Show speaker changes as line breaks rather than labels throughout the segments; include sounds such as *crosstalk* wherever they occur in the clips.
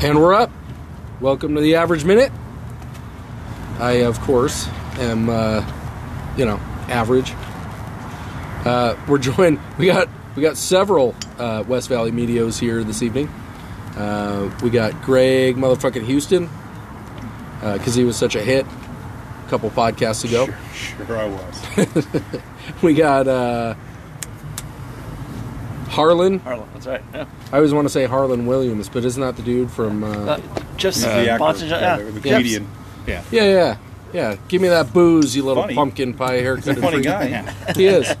And we're up. Welcome to the average minute. I, of course, am, uh, you know, average. Uh, we're joined. We got we got several uh, West Valley medios here this evening. Uh, we got Greg motherfucking Houston because he was such a hit a couple podcasts ago.
Sure, sure I was.
*laughs* We got uh, Harlan.
Harlan, that's right. Yeah.
I always want to say Harlan Williams, but isn't that the dude from? Uh,
Uh, just
He's the actor,
Monster Jack-
yeah,
yeah.
the
Yeah.
comedian. Yeah.
yeah, yeah, yeah. Give me that booze, you little
Funny.
pumpkin pie haircut.
He's a funny
freak.
guy.
*laughs* He is.
*laughs*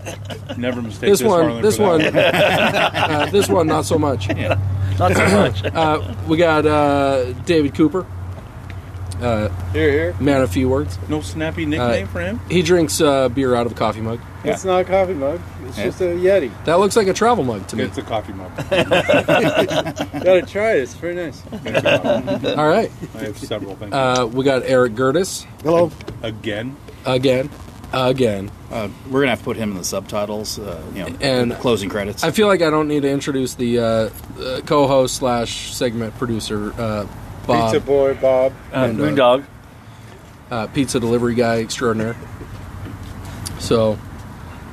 Never mistake
this
this,
one,
Harlan
this
for that
one, uh, this one, *laughs* not so much.
Not so
*laughs*
much.
Uh, we got uh, David Cooper, uh,
Here, here.
man of few words.
No snappy nickname for him.
He drinks uh, beer out of a coffee mug.
Yeah.
It's not a coffee mug. It's
Yeah.
just a Yeti.
That looks like a travel mug to me.
It's a
*laughs*
coffee mug.
Gotta try it. It's very nice.
It's a coffee mug.
All right.
I have several things.
Uh, we got Eric Gertis
Hello.
Again,
again, again.
Uh, we're gonna have to put him in the subtitles, uh, you know,
And-
and closing credits.
I feel like I don't need to introduce the uh, uh, co-host slash segment producer, uh, Bob,
Pizza boy, Bob.
Uh,
and, uh,
Moondog.
uh, pizza delivery guy extraordinaire. So,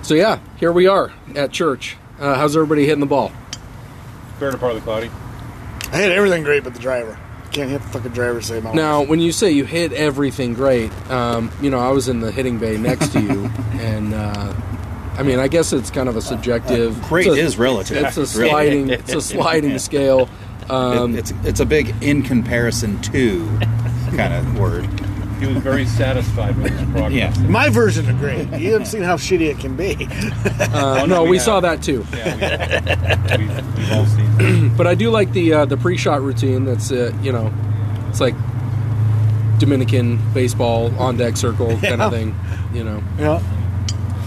so yeah, here we are at church. Uh, how's everybody hitting the ball?
burner part of the cloudy.
I hit everything great but the driver. Can't hit the fucking driver save my
Now, when you say you hit everything great, um, you know, I was in the hitting bay next to
*laughs*
you, and uh, I mean, I guess it's kind of a subjective.
Uh, Great
it's a,
is relative.
It's a
really.
sliding. it's a
*laughs*
sliding scale.
It-
Um,
it's it's a big in comparison to kind of word.
He was very satisfied with his progress.
Yeah.
My version of great. You haven't seen how shitty it can be. *laughs*
uh, no,
Oh, no, we
we
have-
saw that too.
Yeah, we, we've, we've all seen. That.
But I do like the uh, the pre-shot routine. That's uh, you know, it's like Dominican baseball on deck circle kind
*laughs*
of thing. You know,
Yeah.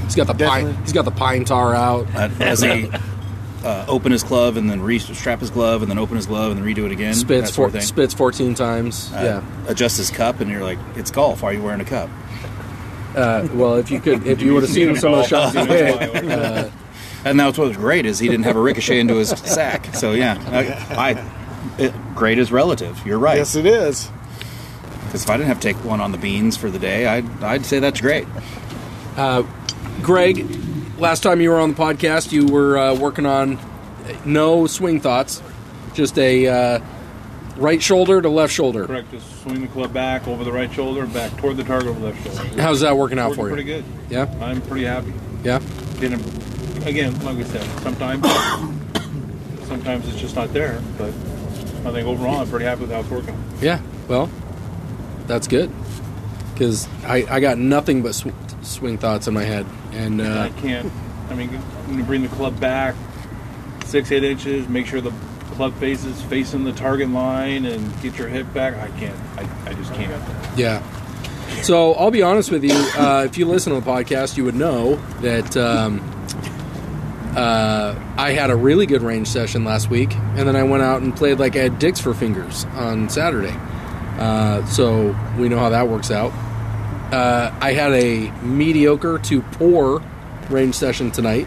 he's got the pine.
Definitely.
He's got the pine tar out.
Uh, As he uh, open his glove and then re-strap his glove and then open his glove and then redo it again.
Spits
that sort of
four,
thing.
spits fourteen times.
Uh,
yeah.
Adjust his cup and you're like, it's golf. Why are you wearing a cup?
Uh, well, if you could, if you would have seen some of the shots he
*laughs*
hit, uh,
And that's what was great is he didn't have a ricochet into his sack. So yeah, uh, I, I it, great is relative. You're right.
Yes, it is.
Because if I didn't have to take one on the beans for the day, I'd, I'd say that's great.
Greg, last time you were on the podcast, you were uh, working on no swing thoughts, just a uh, right shoulder to left shoulder.
Correct. Just swing the club back over the right shoulder, back toward the target over the left shoulder.
How's that working out
Working
for you?
pretty good.
Yeah,
I'm pretty happy.
yeah.
Didn't, again, like we said, sometimes, *coughs* sometimes it's just not there. But I think overall, I'm pretty happy with how it's working.
Yeah, well, that's good because I, I got nothing but sw- swing thoughts in my head, and uh,
I can't. I mean, when you bring the club back six, eight inches, make sure the club face is facing the target line, and get your hip back. I can't. I, I just can't.
yeah. So I'll be honest with you. Uh, if you listen to the podcast, you would know that um, uh, I had a really good range session last week, and then I went out and played like I had dicks for fingers on Saturday. Uh, so we know how that works out. Uh, I had a mediocre to poor range session tonight,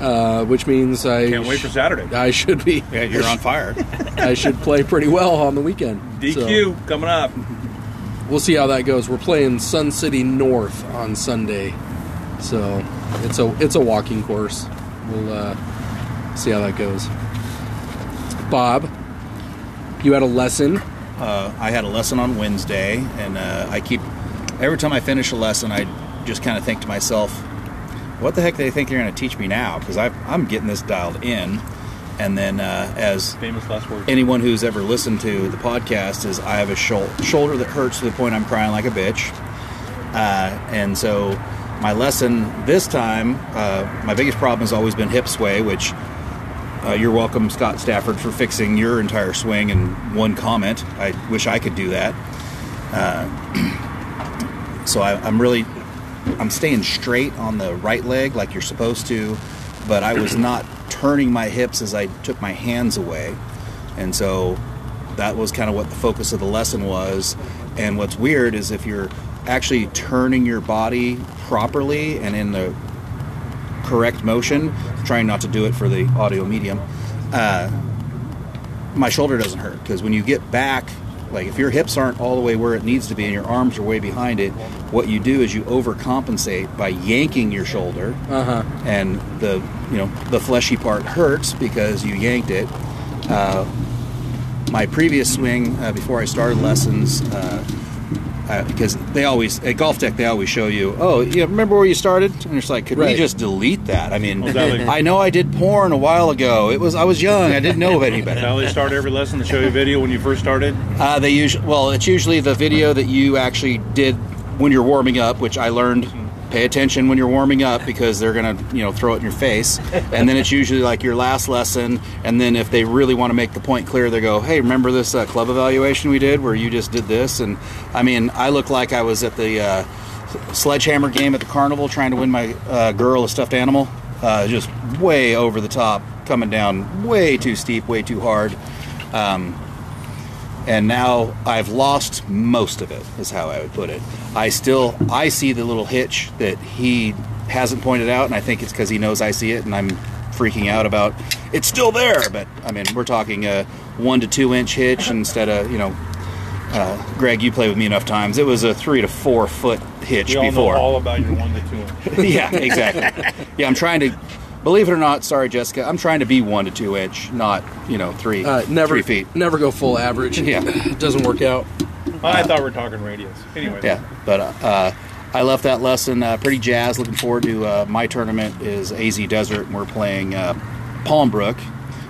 uh, which means I
Can't wait for Saturday.
I should
*laughs*
be.
Yeah, you're on fire. *laughs*
I should play pretty well on the weekend.
DQ coming up.
So, we'll see how that goes. We're playing Sun City North on Sunday, so it's a it's a walking course. We'll uh, see how that goes. Bob, you had a lesson.
Uh, I had a lesson on Wednesday, and uh, I keep every time I finish a lesson, I just kind of think to myself, "What the heck do they think they're going to teach me now?" Because I'm getting this dialed in. And then, uh, as
Famous last word.
anyone who's ever listened to the podcast, is I have a shul- shoulder that hurts to the point I'm crying like a bitch. Uh, and so, my lesson this time, uh, my biggest problem has always been hip sway, which uh, you're welcome, Scott Stafford, for fixing your entire swing in one comment. I wish I could do that. Uh, *clears throat* so I, I'm really, I'm staying straight on the right leg like you're supposed to, but I was not turning my hips as I took my hands away, and so that was kind of what the focus of the lesson was. And what's weird is if you're actually turning your body properly and in the correct motion, trying not to do it for the audio medium. Uh, my shoulder doesn't hurt because when you get back, like if your hips aren't all the way where it needs to be and your arms are way behind it, what you do is you overcompensate by yanking your shoulder,
Uh-huh.
and the you know the fleshy part hurts because you yanked it. Uh, my previous swing uh, before I started lessons. Uh, uh, because they always at golf tech they always show you oh yeah remember where you started and it's like could we
Right.
just delete that i mean
Well, Oh, that would-
*laughs* i know i did porn a while ago it was i was young i didn't know any better
Now they start every lesson to show you a video when you first started.
uh, they usually well, it's usually the video that you actually did when you're warming up, which I learned. Pay attention when you're warming up because they're gonna you know throw it in your face, and then it's usually like your last lesson. And then if they really want to make the point clear, they go, "Hey, remember this uh, club evaluation we did where you just did this?" And I mean, I look like I was at the uh, sledgehammer game at the carnival trying to win my uh, girl a stuffed animal. Uh, just way over the top, coming down way too steep, way too hard. Um, and now I've lost most of it, is how I would put it. I still I see the little hitch that he hasn't pointed out, and I think it's because he knows I see it, and I'm freaking out about it's still there. But I mean, we're talking a one to two inch hitch instead of you know, uh, Greg, you play with me enough times. It was a three to four foot hitch
We all
before. *laughs*
know all about your one to two inch.
yeah, exactly. Yeah, I'm trying to. Believe it or not, sorry, Jessica, I'm trying to be one to two inch, not you know three
Uh, never,
three feet.
never go full average.
*laughs* Yeah.
it *laughs* doesn't work out.
I thought we were talking radius. Anyway,
Yeah, but uh, I left that lesson uh, pretty jazzed. Looking forward to uh, my tournament is AZ Desert, and we're playing uh, Palmbrook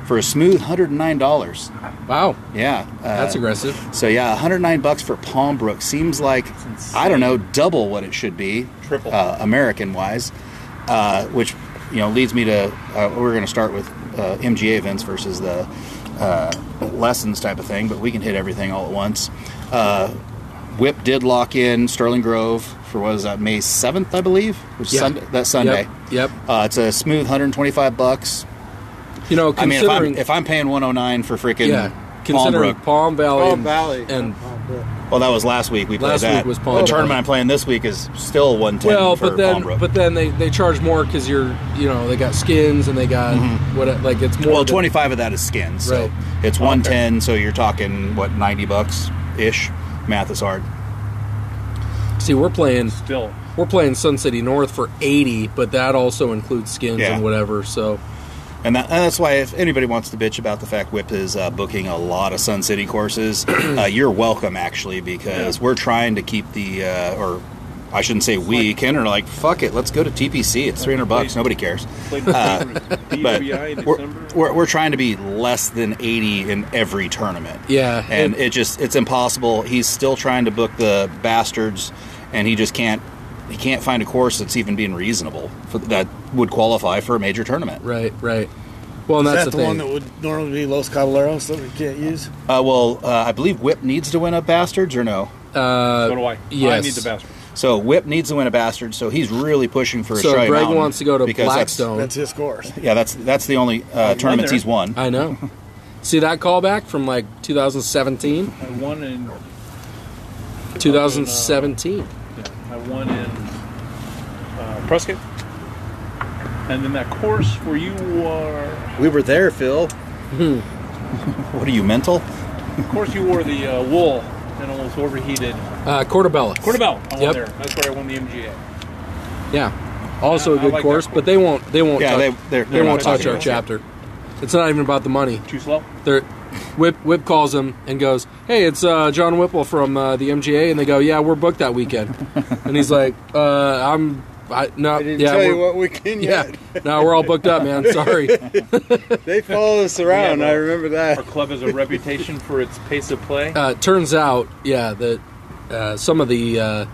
for a smooth hundred and nine dollars.
Wow,
Yeah, uh,
that's aggressive.
So yeah, hundred nine bucks for Palmbrook seems like I don't know double what it should be,
Triple.
uh, American wise, uh, which you know leads me to uh, we're going to start with uh, MGA events versus the uh, lessons type of thing, but we can hit everything all at once. Uh, Whip did lock in Sterling Grove for what is that May seventh, I believe, which is
Yeah.
Sunday, that Sunday.
Yep. yep.
Uh, it's a smooth 125 bucks.
You know,
I mean, if
considering
I'm, if I'm paying 109 for freaking
yeah, considering
Palmbrook,
Palm Valley,
Palm
and-
Valley.
and
Well, that was last week. We played
Last week
that.
was Palm
the
Beach.
tournament I'm playing this week is still one ten.
well,
for
but then
Palm Brook.
but then they they charge more because you're you know they got skins and they got what like it's more
Mm-hmm. well,
than-
twenty five of that is skins, so
Right.
it's one ten. So you're talking what ninety bucks ish. Math is hard.
See, we're playing
still.
we're playing Sun City North for eighty, but that also includes skins
Yeah.
and whatever. So
And, that, and that's why if anybody wants to bitch about the fact Whip is uh, booking a lot of Sun City courses, *clears throat* uh, you're welcome actually because we're trying to keep the uh, or I shouldn't say we. Ken are like fuck it, let's go to TPC. It's three hundred bucks. Nobody cares.
Played
Uh, But
DWI in
we're,
December.
we're, we're trying to be less than 80 in every tournament.
yeah,
And it just, it's impossible. He's still trying to book the bastards, and he just can't, he can't find a course that's even being reasonable for, that would qualify for a major tournament.
right, right. Well, and
Is
that's
that
the,
the,
thing.
one that would normally be Los Caballeros that we can't use?
Uh, well, uh, I believe Whip needs to win a bastards or no?
so do I. I
uh, yes.
need the bastard.
So Whip needs to win a bastards, so he's really pushing for
so
Australia
Greg
Mountain
wants to go to
because that's-
Blackstone.
That's his course.
yeah, that's that's the only uh, tournaments
there.
he's won.
I know.
*laughs*
See that callback from like 2017,
I won in.
2017.
Yeah, I won in uh, Prescott, and then that course where you wore.
We were there, Phil. *laughs* what are you mental?
Of course, you wore the uh, wool and almost overheated.
Uh, Portobello.
Quarterbell. I won
Yep.
there. That's where I won the MGA.
Yeah. Also
I
a good
like that
course, but they won't. They won't.
Yeah,
touch,
they they're,
they
they're
won't
not
touch
talking
our
about it.
chapter. It's not even about the money.
Too slow.
They're, Whip Whip calls him and goes, "Hey, it's uh, John Whipple from uh, the MGA," and they go, "Yeah, we're booked that weekend." and he's like, uh, "I'm I, no,
I didn't
yeah,
tell you
we're-
what we can
yeah,
yet.
no, we're all booked up, man. Sorry."
*laughs* They follow us around.
Yeah,
I
well,
remember
Our
that.
*laughs*
club has a reputation for its pace of play.
uh, turns out, yeah, that uh, some of the uh,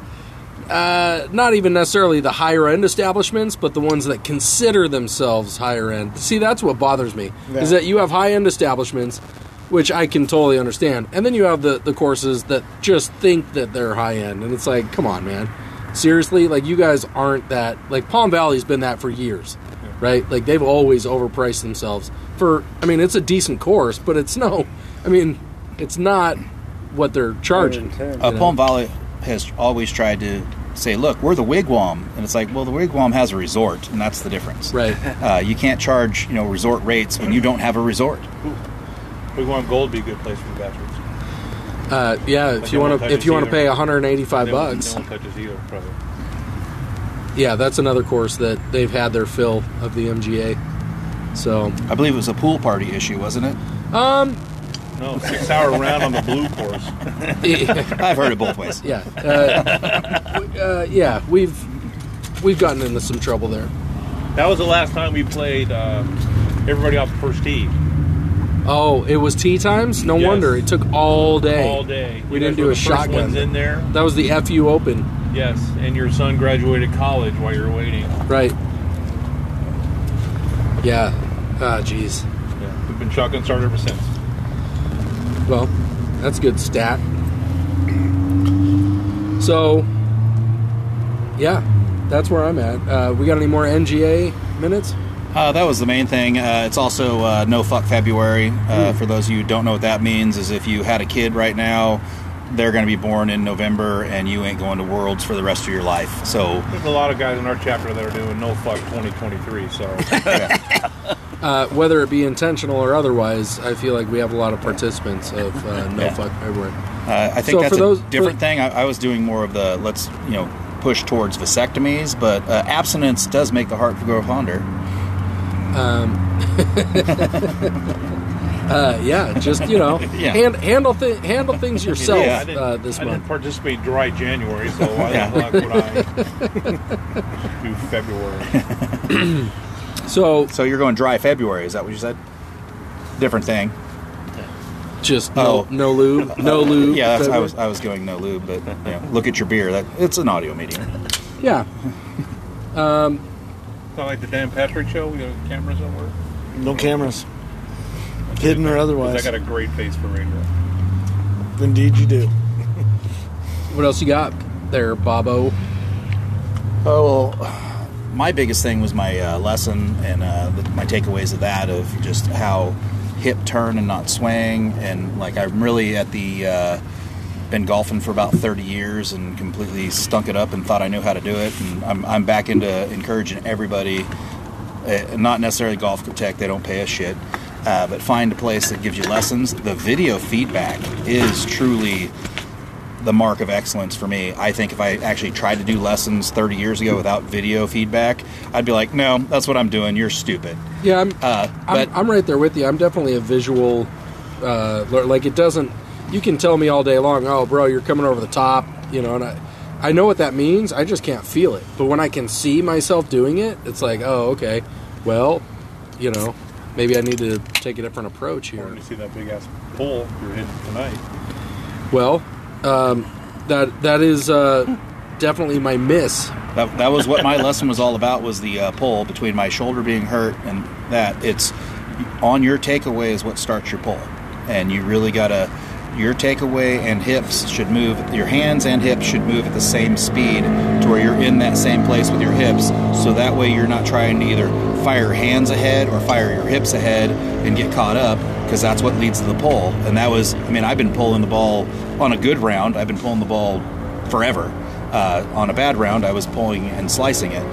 uh, not even necessarily the higher end establishments, but the ones that consider themselves higher end. See, that's what bothers me is
Yeah.
that you have high end establishments, which I can totally understand, and then you have the the courses that just think that they're high end, and it's like, come on, man, seriously, like you guys aren't that. Like Palm Valley's been that for years. Right, like they've always overpriced themselves for. I mean, it's a decent course, but it's no. I mean, it's not what they're charging.
Uh,
know?
Palm Valley has always tried to say, "Look, we're the wigwam," and it's like, well, the wigwam has a resort, and that's the difference.
Right.
Uh, you can't charge you know resort rates when you don't have a resort.
We want gold to be a good place for the bathrooms.
Uh, yeah,
But
if you
no one
want to, if
touches
you want to
either.
pay 185
They won't-
bucks,
They won't touch us either, probably.
yeah, that's another course that they've had their fill of the MGA. So, *laughs*
I believe it was a pool party issue, wasn't it?
um,
No, six hour round on the blue course.
I've heard it both ways.
*laughs* yeah, uh, w- uh, yeah, we've we've gotten into some trouble there.
That was the last time we played uh, everybody off the first tee
Oh, it was tea times. No
Yes.
wonder it took all day.
all day.
We
You
didn't
guys
do
were
a
the first
shotgun.
ones in there.
That was the FU Open,
Yes, and your son graduated college while you're waiting.
right? Yeah. Ah, jeez.
Yeah, we've been shotgun started ever since.
Well, that's a good stat. So, yeah, that's where I'm at. Uh, we got any more NGA minutes?
Uh, that was the main thing. Uh, it's also uh, No Fuck February. Uh, For those of you who don't know what that means, is if you had a kid right now, they're going to be born in November, and you ain't going to Worlds for the rest of your life. So
There's a lot of guys in our chapter that are doing no fuck
*laughs*
2023. So
Uh, whether it be intentional or otherwise, I feel like we have a lot of participants of
*laughs*
uh, No
Yeah.
Fuck February.
Uh, I think
So
that's
for those-
a different
for-
thing. I, I was doing more of the let's you know push towards vasectomies, but uh, abstinence does make the heart grow fonder.
Uh, yeah, just you know,
*laughs* Yeah.
hand, handle thi- handle
*laughs*
things yourself
I didn't,
uh, this
I
month.
didn't participate dry January, so why
Yeah.
the fuck would I
*laughs*
do February?
So
So you're going dry February? Is that what you said? Different thing.
just no,
Oh.
no lube, no lube.
*laughs* Yeah, that's, I
February.
was I was going no lube, but you know, look at your beer. That it's an audio medium.
Yeah,
It's not like the Dan Patrick show. We got a camera somewhere.
No cameras, hidden or
'Cause I
otherwise.
got a great face for radio.
Indeed, you do.
what else you got there, Bobo?
Oh, well, my biggest thing was my uh, lesson and uh, the, my takeaways of that of just how hip turn and not swing and like I'm really at the uh, been golfing for about 30 years and completely stunk it up and thought I knew how to do it and I'm, I'm back into encouraging everybody uh, not necessarily golf tech they don't pay us shit uh, but find a place that gives you lessons the video feedback is truly the mark of excellence for me. I think if I actually tried to do lessons 30 years ago without video feedback, I'd be like, no, that's what I'm doing. You're stupid.
Yeah, I'm,
Uh, but
I'm, I'm right there with you. I'm definitely a visual. Uh, lear- like it doesn't. You can tell me all day long, oh, bro, you're coming over the top, you know, and I, I know what that means. I just can't feel it. But when I can see myself doing it, it's like, oh, okay, well, you know, maybe I need to take a different approach
Or
here.
you see that big ass pole you're hitting tonight.
Well, um, that that is uh, definitely my miss.
that, that was what my *laughs* lesson was all about was the uh, pull between my shoulder being hurt and that. It's on your takeaway is what starts your pull. And you really got to, your takeaway and hips should move, your hands and hips should move at the same speed to where you're in that same place with your hips. So that way you're not trying to either fire hands ahead or fire your hips ahead and get caught up because that's what leads to the pull. And that was, I mean, I've been pulling the ball on a good round, I've been pulling the ball forever uh, on a bad round, I was pulling and slicing it.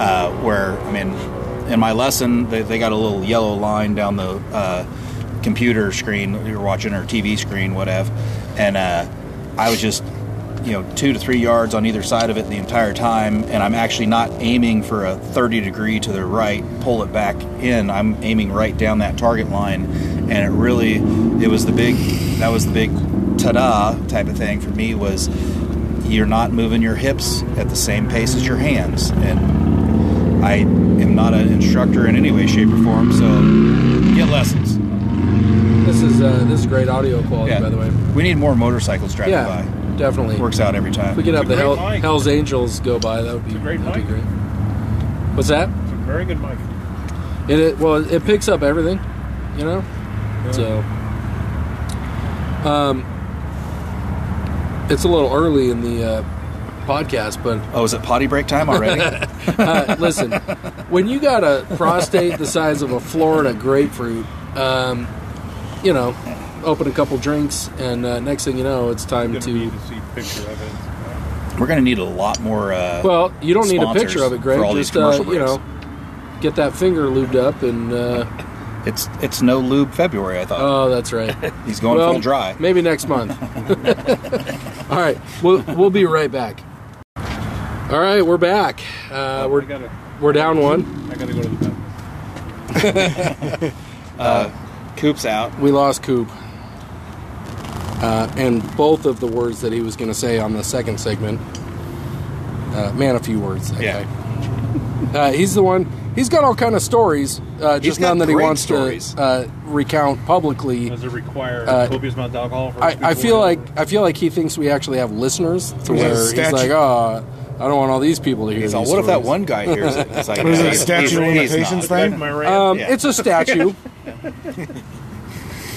Uh, where, I mean, in my lesson, they, they got a little yellow line down the uh, computer screen that you were watching or TV screen, whatever. And uh, I was just, you know, two to three yards on either side of it the entire time. And I'm actually not aiming for a 30 degree to the right, pull it back in. I'm aiming right down that target line. And it really, it was the big, that was the big ta da type of thing for me was you're not moving your hips at the same pace as your hands. And I am not an instructor in any way, shape, or form, so get lessons.
This is uh, this is great audio quality,
Yeah.
by the way.
We need more motorcycles driving
Yeah, definitely.
by. Works out every
If we
time.
could have the
a
Hell,
great mic.
Hell's Angels go by, that would be,
a great
that'd be
mic.
great. What's that?
It's a very good mic.
It, it well, it picks up everything, you know. So, um, it's a little early in the uh, podcast, but
Oh, is it potty break time
*laughs*
already?
*laughs*
uh, listen, when you got a prostate the size of a Florida grapefruit, um, you know, open a couple drinks, and uh, next thing you know, it's time
Gonna
to.
need to see picture of it.
We're going to need a lot more. Uh,
Well, you don't need a
sponsors
picture of it, Greg.
for all these
Just uh,
commercial
you
breaks.
know, get that finger lubed up and uh,
It's it's no lube February. I thought.
Oh, that's
*laughs*
right.
He's going
Well,
full dry.
Maybe next
*laughs*
month. *laughs* All right, we'll we'll be right back. All right, we're back. Uh, we're
I gotta,
we're down one.
I gotta go to the bathroom.
Coop's out.
We lost Coop, uh, and both of the words that he was going to say on the second segment. Uh, man, a few words. Okay.
Yeah.
Uh, he's the one. He's got all kind of stories, uh, just
got
none that he
great
wants
stories.
to uh, recount publicly.
Does it require
Uh,
copious amount of alcohol? For us
I, I
before
feel
or-
like I feel like he thinks we actually have listeners to
Is that a
where he's
statute?
like, oh, I don't want all these people to hear.
He's all,
these
what if that
stories."
one guy hears it? It's like
What is it, a
he's-
statute
he's-
of
he's
limitations
not.
The guy
thing?
from Iran.
Um,
Yeah.
It's a
*laughs*
statue,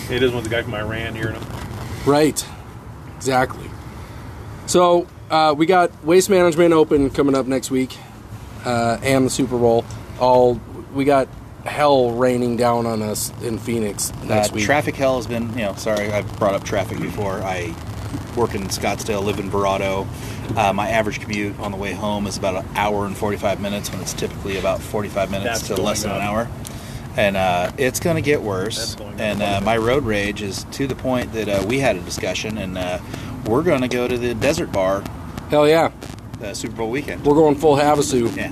it is when the guy from Iran hearing him.
right? Exactly. So uh, we got Waste Management Open coming up next week, uh, and the Super Bowl. All we got hell raining down on us in Phoenix next
Uh,
week.
Traffic hell has been, you know, sorry, I've brought up traffic
Mm-hmm.
before. I work in Scottsdale, live in Verado. Uh, my average commute on the way home is about an hour and 45 minutes when it's typically about 45 minutes
That's
to
going
less than an
up.
hour. And uh, it's going to get
That's
worse.
going up.
And uh, my road rage is to the point that uh, we had a discussion, and uh, we're going to go to the Desert Bar
Hell yeah,
uh, Super Bowl weekend.
we're going full Havasu
Yeah.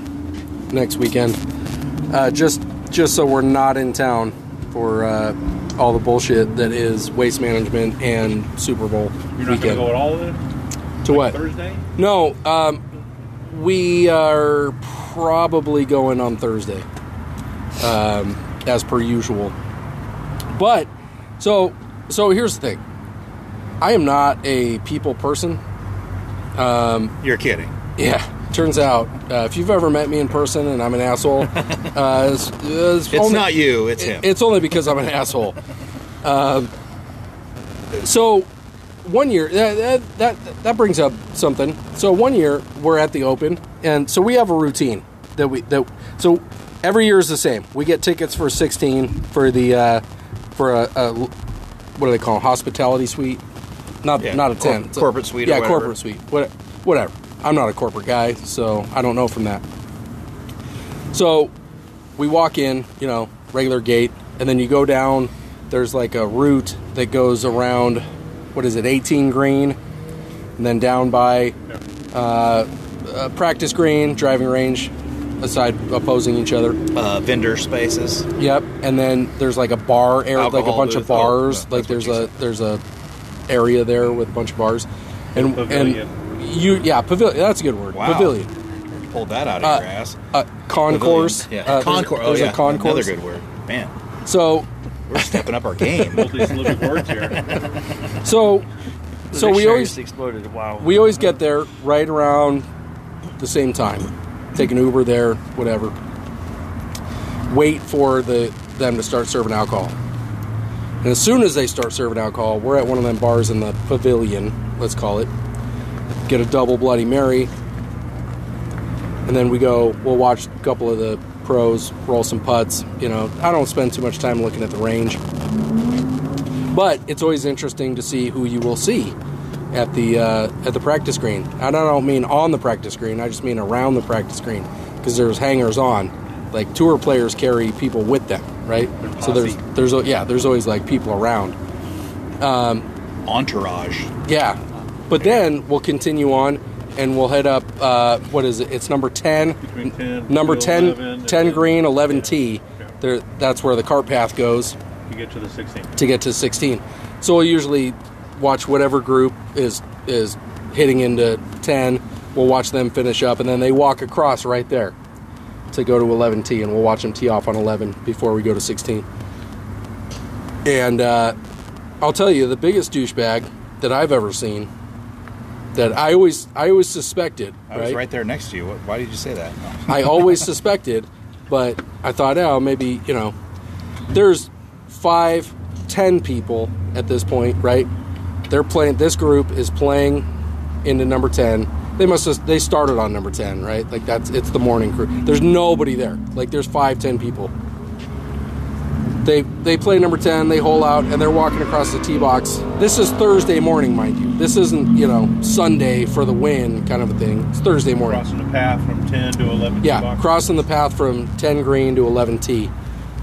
next weekend. Uh, just just so we're not in town for uh, all the bullshit that is waste management and Super Bowl
You're not
weekend.
gonna go at all then?
to what?
Thursday?
No, um, we are probably going on Thursday, um, as per usual. But so so here's the thing. I am not a people person.
You're kidding.
Yeah. Turns out, uh, if you've ever met me in person and I'm an *laughs* asshole, uh, it's, it's
It's
only-
not you, it's him.
it's only because I'm an *laughs* asshole. Um, so one year that, that that that brings up something. So one year we're at the open, and so we have a routine that we that so every year is the same. We get tickets for 16 for the uh, for a, a what do they call 'em? hospitality suite? Not
Yeah,
not a
cor-
tent, It's a-
corporate suite or
Yeah,
whatever.
corporate suite. What whatever. I'm not a corporate guy, so I don't know from that. So we walk in, you know, regular gate, and then you go down. There's like a route that goes around, what is it, 18 green, and then down by uh, uh, practice green, driving range, aside opposing each other.
Uh, vendor spaces.
Yep. And then there's like a bar area, like a
Alcohol
bunch of
booth. Oh,
bars.
that's
like
what
there's
she
a there's a area there with a bunch of bars, and
Pavilion.
and you yeah pavilion. That's a good word.
Wow.
Pavilion.
Pulled that out of
Uh,
your ass.
Uh, concourse.
Pavilion.
Uh,
Yeah.
there's-
concourse.
There's
oh, yeah.
a concourse.
Another good word. Man,
So
we're stepping up our game.
*laughs* Multi-syllabic words here.
so
The
so we
dictionary
always
just exploded. Wow.
we always get there right around the same time. Take an Uber there, whatever. Wait for the them to start serving alcohol. And as soon as they start serving alcohol, we're at one of them bars in the pavilion, let's call it. Get a double Bloody Mary. And then we go, we'll watch a couple of the pros, roll some putts. You know, I don't spend too much time looking at the range. But it's always interesting to see who you will see at the uh, at the practice green. And I don't mean on the practice screen. I just mean around the practice screen because there's hangers on. Like tour players carry people with them, right? So there's there's al- yeah there's always like people around.
Entourage.
Yeah, but then we'll continue on and we'll head up. Uh, what is it? It's number ten, *laughs*
Between 10
number
to
10,
11,
10
and-
green, eleven T.
Yeah.
There, that's where the cart path goes
You get to the 16th.
to get to 16. So we'll usually watch whatever group is is hitting into 10. We'll watch them finish up, and then they walk across right there to go to 11T, and we'll watch them tee off on 11 before we go to 16. And uh, I'll tell you, the biggest douchebag that I've ever seen that I always I always suspected.
I was right there next to you. What, why did you say that?
I always suspected, but I thought, oh, maybe you know, there's five, ten people at this point, right? They're playing. This group is playing into number ten. They must have. They started on number ten, right? Like that's it's the morning crew. There's nobody there. Like there's five, ten people. They they play number ten. They hole out and they're walking across the tee box. This is Thursday morning, mind you. This isn't you know Sunday for the win kind of a thing. It's Thursday morning.
Crossing the path from 10 to 11.
Yeah,
box.
crossing the path from 10 green to 11 T,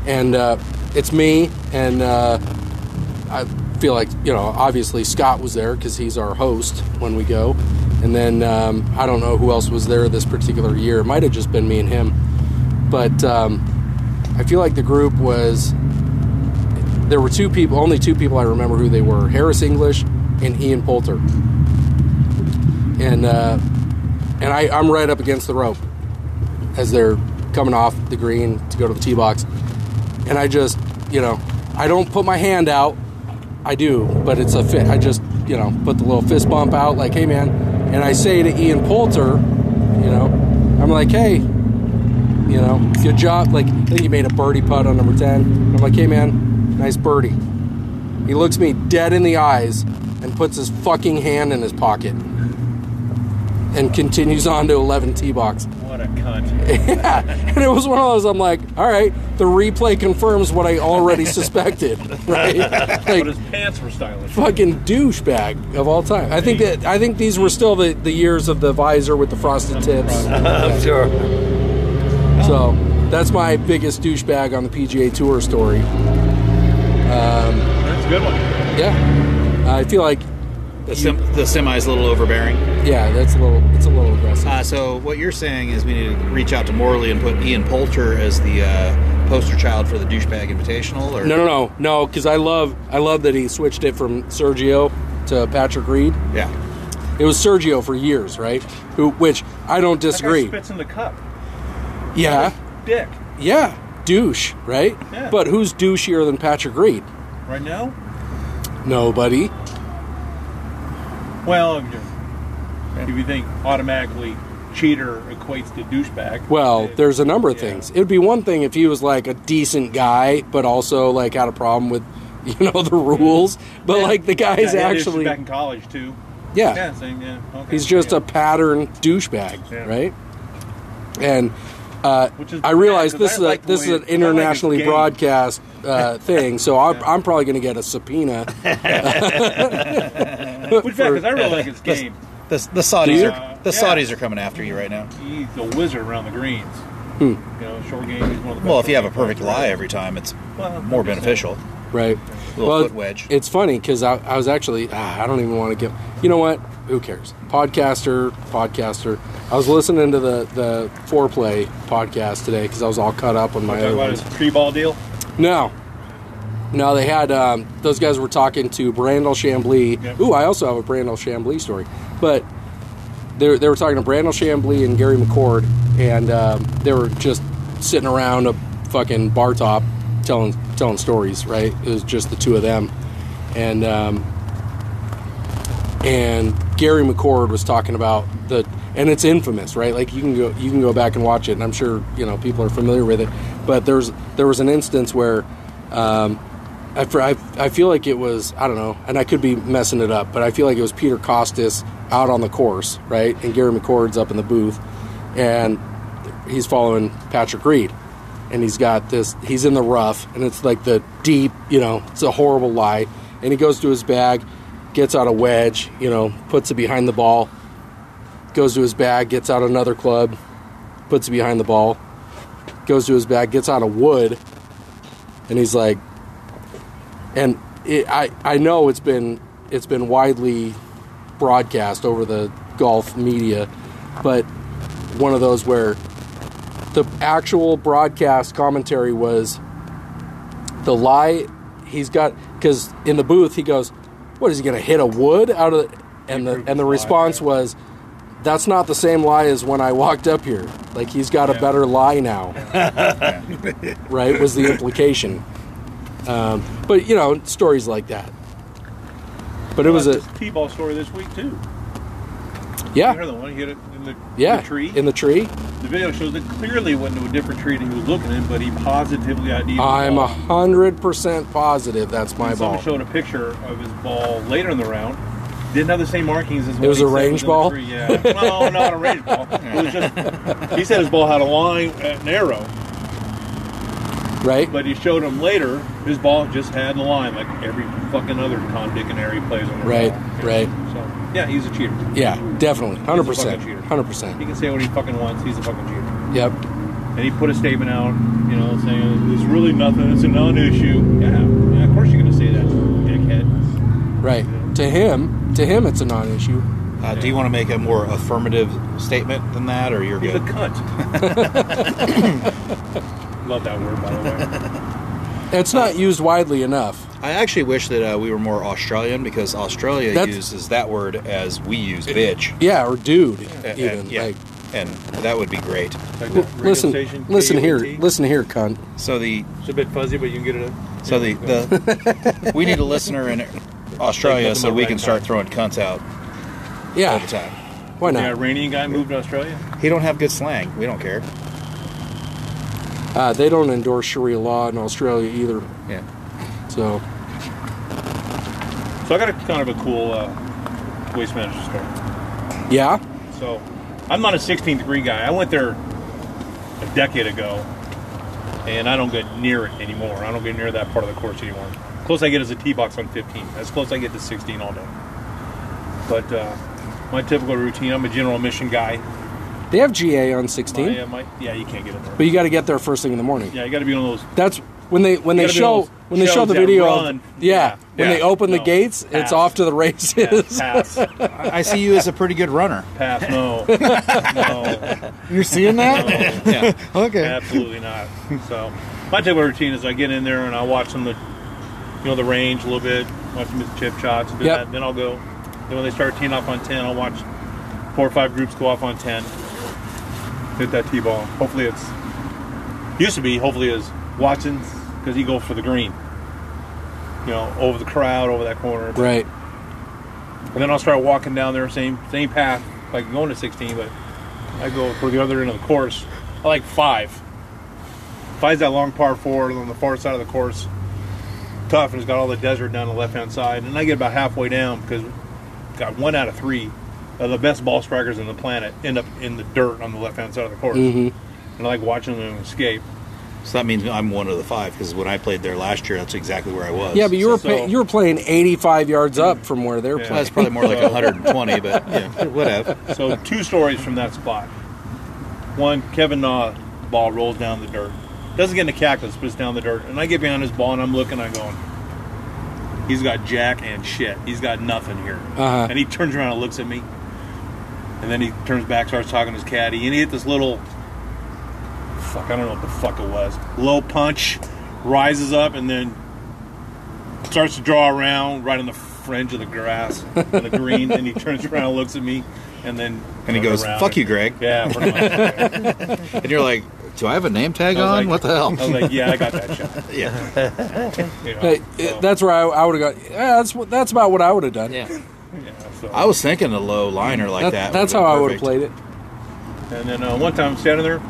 and uh, it's me and uh, I feel like you know obviously Scott was there because he's our host when we go, and then um, I don't know who else was there this particular year. It might have just been me and him, but um, I feel like the group was there were two people, only two people I remember who they were: Harris English and Ian Poulter. And uh, and I, I'm right up against the rope as they're coming off the green to go to the tee box, and I just you know I don't put my hand out. I do, but it's a fit. I just you know put the little fist bump out, like hey man, and I say to Ian Poulter, you know, I'm like hey, you know, good job. Like I think he made a birdie putt on number ten. I'm like hey man, nice birdie. He looks me dead in the eyes and puts his fucking hand in his pocket and continues on to 11 tee box.
What a cunt.
Yeah, *laughs* and it was one of those. I'm like, all right, the replay confirms what
*laughs*
I already suspected, right?
But
Like
his pants were stylish.
fucking douchebag of all time. I think that I think these were still the, the years of the visor with
*laughs*
the frosted tips.
I'm sure.
So that's my biggest douchebag on the PGA Tour story.
That's a good one.
Yeah, I feel like
The, sem- the semi's a little overbearing.
yeah, that's a little it's a little aggressive.
Uh, so what you're saying is we need to reach out to Morley and put Ian Poulter as the uh, poster child for the douchebag invitational, or
No, no, no, no, because I love I love that he switched it from Sergio to Patrick Reed.
yeah,
It was Sergio for years, right? Who, which I don't
That
disagree.
guy spits in the cup.
Yeah,
Dick.
yeah, douche, right?
Yeah.
But who's douchier than Patrick Reed?
Right now?
Nobody.
Well, if, you're, if you think automatically cheater equates to douchebag.
Well,
it-
there's a number of
yeah.
things. It'd be one thing if he was like a decent guy, but also like had a problem with, *laughs* you know, the rules. But
Yeah.
like the guy's
Yeah, I had issues
actually,
back in college too.
yeah,
Yeah, same. Yeah, okay.
he's just
yeah.
a pattern douchebag,
Yeah.
right? And uh,
Which is
I realize
bad, 'cause
this
I
is
like
a,
the
this is an
way- I like his
internationally
game.
broadcast
*laughs*
uh, thing, so I'm, I'm probably going to get a subpoena.
Which fact, because I really like his game.
the, the Saudis
you?
are the
Yeah.
Saudis are coming after you right now.
He's a wizard around the greens.
Hmm.
You know, short game. He's one of the
Well,
best
if you have a
short game
perfect
players.
lie every time, it's
Well,
more
okay, so-
beneficial.
*laughs* Right.
Little foot wedge.
It's funny because I, I was actually, ah, I don't even want to give, you know what? Who cares? Podcaster, podcaster. I was listening to the, the foreplay podcast today because I was all cut up on my
Talk
own.
about his tree ball deal.
No. No, they had um, those guys were talking to Brandel Chambly.
Yep.
Ooh, I also have a Brandel Chambly story. But they were, they were talking to Brandel Chambly and Gary McCord, and um, they were just sitting around a fucking bar top telling telling stories. Right? It was just the two of them, and um, and Gary McCord was talking about the and it's infamous, right? Like you can go you can go back and watch it, and I'm sure you know people are familiar with it. But there's there was an instance where um, I, fr- I I feel like it was I don't know, and I could be messing it up, but I feel like it was Peter Costas out on the course, right? And Gary McCord's up in the booth, and he's following Patrick Reed, and he's got this. He's in the rough, and it's like the deep, you know, it's a horrible lie. And he goes to his bag, gets out a wedge, you know, puts it behind the ball, goes to his bag, gets out another club, puts it behind the ball, goes to his bag, gets out a wood, and he's like, and it, I I know it's been it's been widely broadcast over the golf media, but one of those where the actual broadcast commentary was the lie he's got because in the booth he goes, "What is he going to hit a wood out of?" The, and the and the response was, "That's not the same lie as when I walked up here. Like he's got a better lie now." *laughs* right was the implication. Um, but you know stories like that. But it was a
T ball story this week too. You heard
yeah
the one he hit it in the,
yeah
the tree.
in the tree.
The video shows it clearly went to a different tree that he was looking in, but he positively ID'd.
I'm a
a.
hundred percent positive that's my ball.
Someone showed a picture of his ball later in the round. Didn't have the same markings as. what
was
he
a
said
range
in the
ball?
tree, Yeah. well, not a range ball. It was just. He said his ball had a line, uh, an arrow,
Right?
but he showed him later his ball just had a line like every fucking other Tom Dick and Harry plays on. their
Right,
ball.
right.
So yeah, he's a cheater.
yeah, definitely, hundred percent,
cheater.
hundred
He
percent.
can say what he fucking wants. He's a fucking cheater.
Yep.
and he put a statement out, you know, saying it's really nothing, it's a non-issue. Yeah, yeah of course you're going to say that, dickhead.
Right. To him, to him, it's a non-issue.
Uh, Do you want to make a more affirmative statement than that, or you're
He's a
good?
cunt. *laughs* Love that word, by the way.
It's not used widely enough.
I actually wish that uh, we were more Australian because Australia
That's-
uses that word as we use bitch,
Yeah, or dude,
and,
even.
and- yeah,
Like,
and that would be great.
Like
l-
that radio
listen,
station,
listen here,
KUNT.
listen here, cunt.
So the
It's a bit fuzzy, but you can get it. up.
so the, the
*laughs*
we need a listener in Australia so we can start throwing cunts out all the
Yeah,
time.
why
the
not?
Iranian guy moved to Australia.
He don't have good slang. We don't care.
Uh, they don't endorse Sharia law in Australia either,
Yeah.
so
So I got a kind of a cool uh, waste management story.
yeah.
So I'm not a 16th degree guy. I went there a decade ago, and I don't get near it anymore. I don't get near that part of the course anymore. Close I get is a tee box on 15. As close I get to 16 all day. But uh, my typical routine, I'm a general mission guy.
They have GA on
My,
16,
uh, my, yeah, you can't get in
but
there.
you got to get there first thing in the morning.
Yeah, you got to be one of those.
That's when they when they
gotta be
show
those
when they show
shows
the
that
video.
run.
Of, yeah,
Yeah.
when
Yeah.
they open the
No.
gates, it's
Pass.
off to the *laughs* races.
Pass,
I see you as a pretty good runner.
pass,
*laughs*
no, no.
You're seeing that?
no.
Yeah.
Okay.
Absolutely not. So my typical routine is I get in there and I watch them, the, you know, the range a little bit, watch them hit chip shots, and do
Yep.
that. Then I'll go. Then when they start teeing off on ten, I'll watch four or five groups go off on ten, hit that tee ball. Hopefully it's used to be. Hopefully is Watson's because he goes for the green. You know, over the crowd, over that corner.
right.
And then I'll start walking down there, same same path, like going to 16, but I go for the other end of the course. I like five. Five's that long par four on the far side of the course. Tough, and it's got all the desert down the left hand side. And I get about halfway down because got one out of three of the best ball strikers on the planet end up in the dirt on the left hand side of the course. And I like watching them escape.
So that means I'm one of the five because when I played there last year, that's exactly where I was.
Yeah, but you were
So-
pa- you were playing 85 yards up from where they're
Yeah.
Well,
playing.
that's probably more like 120, but yeah, whatever.
So two stories from that spot. One, Kevin Na ball rolls down the dirt. Doesn't get in the cactus, but it's down the dirt. And I get behind his ball and I'm looking, I'm going, He's got jack and shit. He's got nothing here.
Uh-huh.
And he turns around and looks at me. And then he turns back, starts talking to his caddy, and he hit this little fuck, I don't know what the fuck it was. Low punch, rises up, and then starts to draw around right on the fringe of the grass on the green, and he turns around and looks at me, and then
And he
turns
goes,
around.
"Fuck you, Greg."
Yeah, pretty much.
And you're like, "Do I have a name tag
I was
on?
like-
what the
I was
hell?"
like, yeah, I got that shot.
yeah.
You know,
Hey,
so,
it- that's where I, I would have gone. Yeah, that's what that's about what I would have done.
Yeah.
yeah, so-
I was thinking a low liner like
That-
that.
that's how I would have played it.
And then uh, one time, I'm standing there,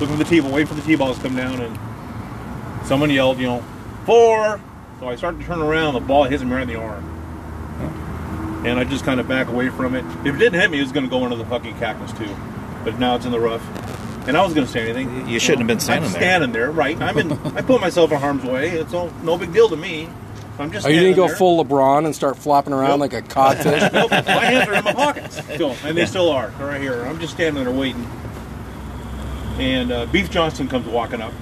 looking for the tee ball, waiting for the tee balls to come down, and someone yelled, you know, four. So I start to turn around, the ball hits me right in the arm. And I just kind of back away from it. If it didn't hit me, it was going to go into the fucking cactus too. But now it's in the rough. And I was going to say anything.
You shouldn't have been standing
I'm
there.
Standing there, right? I'm in. I put myself in harm's way. It's all, no big deal to me. I'm just.
Oh, you
standing
didn't go
there.
full LeBron and start flopping around
Nope.
like a
*laughs*
codfish.
Nope, my hands are in my pockets
*laughs*
still, and they still are. They're right here. I'm just standing there waiting. And uh, Beef Johnston comes walking up.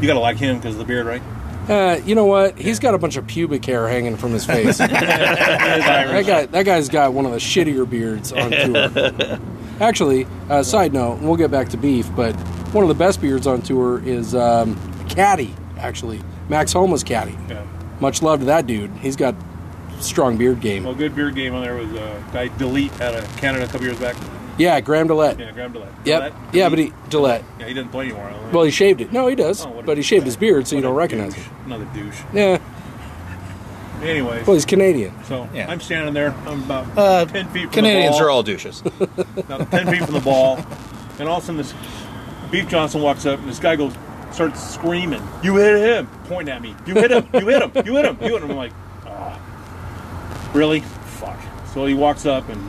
You gotta like him because of the beard, right?
uh, you know what? He's got a bunch of pubic hair hanging from his face. *laughs* that guy, that guy's got one of the shittier beards on tour. Actually, uh, side note, and we'll get back to beef, but one of the best beards on tour is um, Caddy. Actually, Max Holma's Caddy.
Yeah.
Much love to that dude. He's got strong beard game.
Well, good beard game on there was uh, guy Delete out of Canada a couple years back.
Yeah, Graham Dillette.
Yeah, Graham Delete.
Yep. Yeah, but he Gillette.
yeah, he doesn't play anymore. I don't know.
Well, he shaved it. No, he does,
Oh, what a-
but he shaved his beard, so you
What a
don't recognize
douche.
him.
Another douche.
Yeah.
Anyways,
Well, he's Canadian.
so
Yeah.
I'm standing there. I'm about
Uh,
ten feet. From
Canadians
the ball.
are all *laughs* douches.
about 10 feet from the ball, and all of a sudden this Beef Johnson walks up, and this guy goes, starts screaming, "You hit him!" Point at me. You hit him! You hit him! You hit him! You hit him! I'm like, ah, really? Fuck. So he walks up and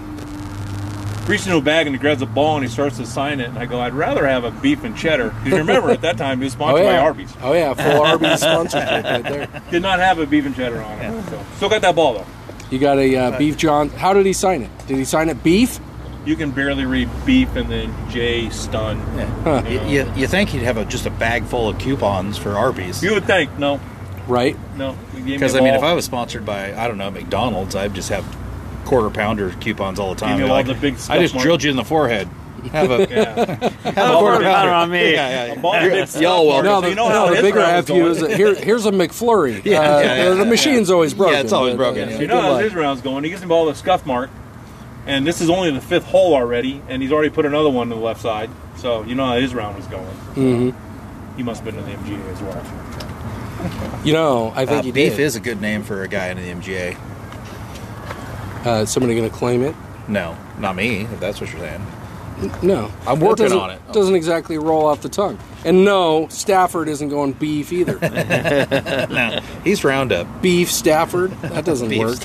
reaches into a bag and he grabs a ball and he starts to sign it. And I go, I'd rather have a beef and cheddar. Because remember, at that time, it was
Oh
sponsored
yeah.
by Arby's.
Oh yeah.
*laughs*
Full Arby's sponsorship right there.
Did not have a beef and cheddar on it. So still got that ball though.
You got a uh, beef John. How did he sign it? Did he sign it beef?
you can barely read beep and then J stun.
Yeah. You, you think he'd have a, just a bag full of coupons for Arby's?
You would think, no,
right?
no. You gave me
Because
a
I mean, if
ball.
I was sponsored by I don't know McDonald's, I'd just have quarter pounder coupons all the time.
me
Be
all
like,
the big
I just
stuff
drilled you in the forehead. Have a *laughs*
yeah.
have a quarter pounder
on me.
Yeah, yeah,
A ball of big *laughs* stuff
Y'all
market.
welcome.
No,
So
the,
you know
no,
how
the
his
bigger
round was
FU is
going.
that here, here's a
*laughs*
McFlurry.
Yeah,
Uh,
yeah, yeah,
the
yeah.
machine's always broken.
Yeah, it's always
but,
broken,
uh,
yeah.
You
good
know how
luck.
his round's going. He gets the ball with a scuff mark, and this is only the fifth hole already, and he's already put another one to the left side. So you know how his round was going.
Mm-hmm.
He must have been in the MGA as *laughs* well.
You know, I think
Uh,
he
beef
did.
is a good name for a guy in the MGA.
Uh, is somebody going to claim it?
No, not me. If that's what you're saying.
No,
I'm
That
working
doesn't-
on it.
Doesn't exactly roll off the tongue. And no, Stafford isn't going beef
*laughs*
either.
He's Roundup.
beef Stafford that doesn't
Beef
work.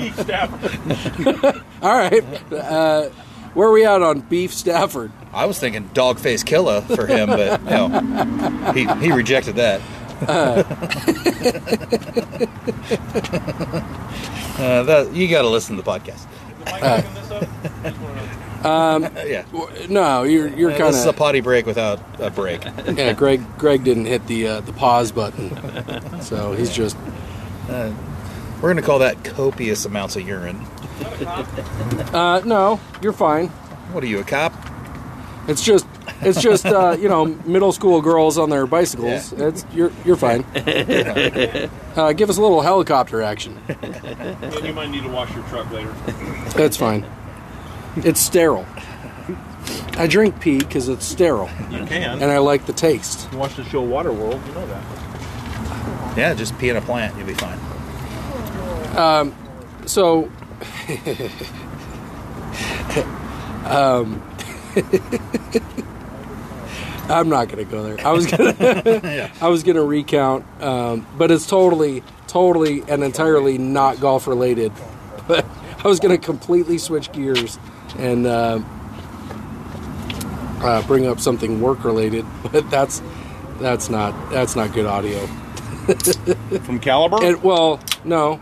Keith Stafford.
All right, uh, where are we at on beef Stafford?
I was thinking Dogface Killer for him, but no, he he rejected that. *laughs* Uh, that you got to listen to the podcast. Uh,
Am I
Uh.
cooking this up? I just wanna know.
Yeah,
W- No, you're you're
Uh,
kind
this is a
of
potty break without a break.
yeah. Greg Greg didn't hit the uh, the pause button, so he's just
We're gonna call that copious amounts of urine.
uh, no. You're fine.
What are you, a cop?
It's just it's just uh, you know middle school girls on their bicycles. It's you're you're fine. Uh, give us a little helicopter action.
Then you might need to wash your truck later.
That's fine. It's sterile. I drink pee because it's sterile,
You can.
and I like the taste.
you watch the show Waterworld, you know that.
Yeah, just pee in a plant, you'll be fine.
So, *laughs* um, um, I'm not gonna go there. I was gonna, *laughs* I was gonna recount, um, but it's totally, totally, and entirely not golf related. But I was gonna completely switch gears and uh, uh, bring up something work related, *laughs* but that's that's not that's not good audio.
From Caliber?
It, well, no.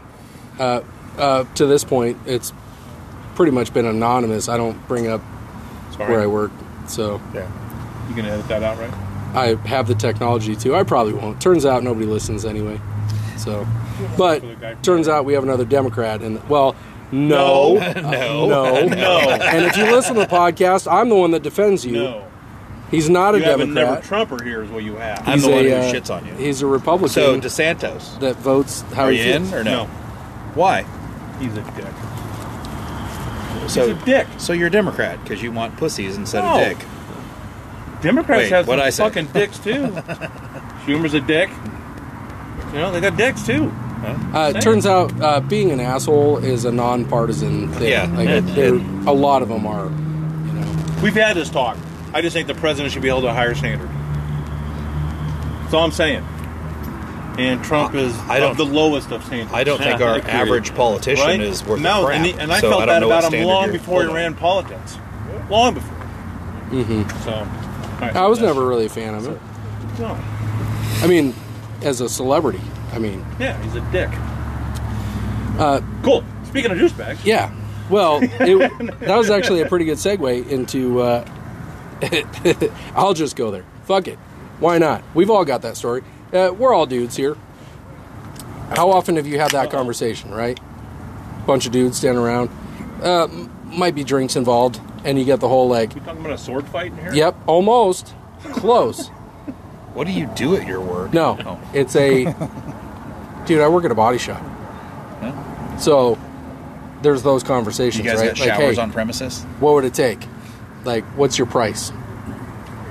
Uh, uh, to this point, it's pretty much been anonymous. I don't bring up
Sorry.
where I work, so
Yeah.
You can edit that out, right?
I have the technology to. I probably won't. Turns out nobody listens anyway. So, but turns out we have another Democrat, and well, no,
*laughs*
no, no,
No.
And if you listen to the podcast, I'm the one that defends you.
No.
He's not a
You have a never
Democrat.
Trumper here is what you have.
I'm
He's
the one
a,
who
uh,
shits on you.
He's a Republican
So DeSantos,
that votes how
are
he
you
feels.
in or no? Why?
He's a dick.
So
He's a dick.
So you're a Democrat because you want pussies instead
No.
of dick.
Democrats
Wait,
have
what'd
some
I say?
fucking dicks too. Schumer's a dick. You know, they got dicks too.
Uh, it turns out uh, being an asshole is a nonpartisan thing.
Yeah.
Like, it- there- a lot of them are. You know.
We've had this talk. I just think the president should be held to a higher standard. That's all I'm saying. And Trump is
I don't-
of the lowest of standards.
I don't *laughs* think our
Agreed.
average politician
right?
is worth
no,
a crap.
and, he- and I
so
felt
don't
bad
know what
about him
standard
long
you're
before he
holding.
ran politics. Long before. Mm-hmm. So, all right.
I was never really a fan of it.
No.
I mean, as a celebrity. I mean,
Yeah, he's a dick. cool. Speaking of douchebags,
Uh, yeah. Well, it, that was actually a pretty good segue into. Uh, *laughs* I'll just go there. Fuck it. Why not? We've all got that story. Uh, we're all dudes here. How often have you had that conversation, right? Bunch of dudes standing around. Uh, m- might be drinks involved, and you get the whole like,
we talking about a sword fight in here?
Yep, almost. Close.
What do you do at your work?
No,
*laughs* Oh.
it's a. Dude, I work at a body shop. So there's those
You
conversations,
guys
right?
got showers
hey,
on premises?
what would it take? Like, what's your price?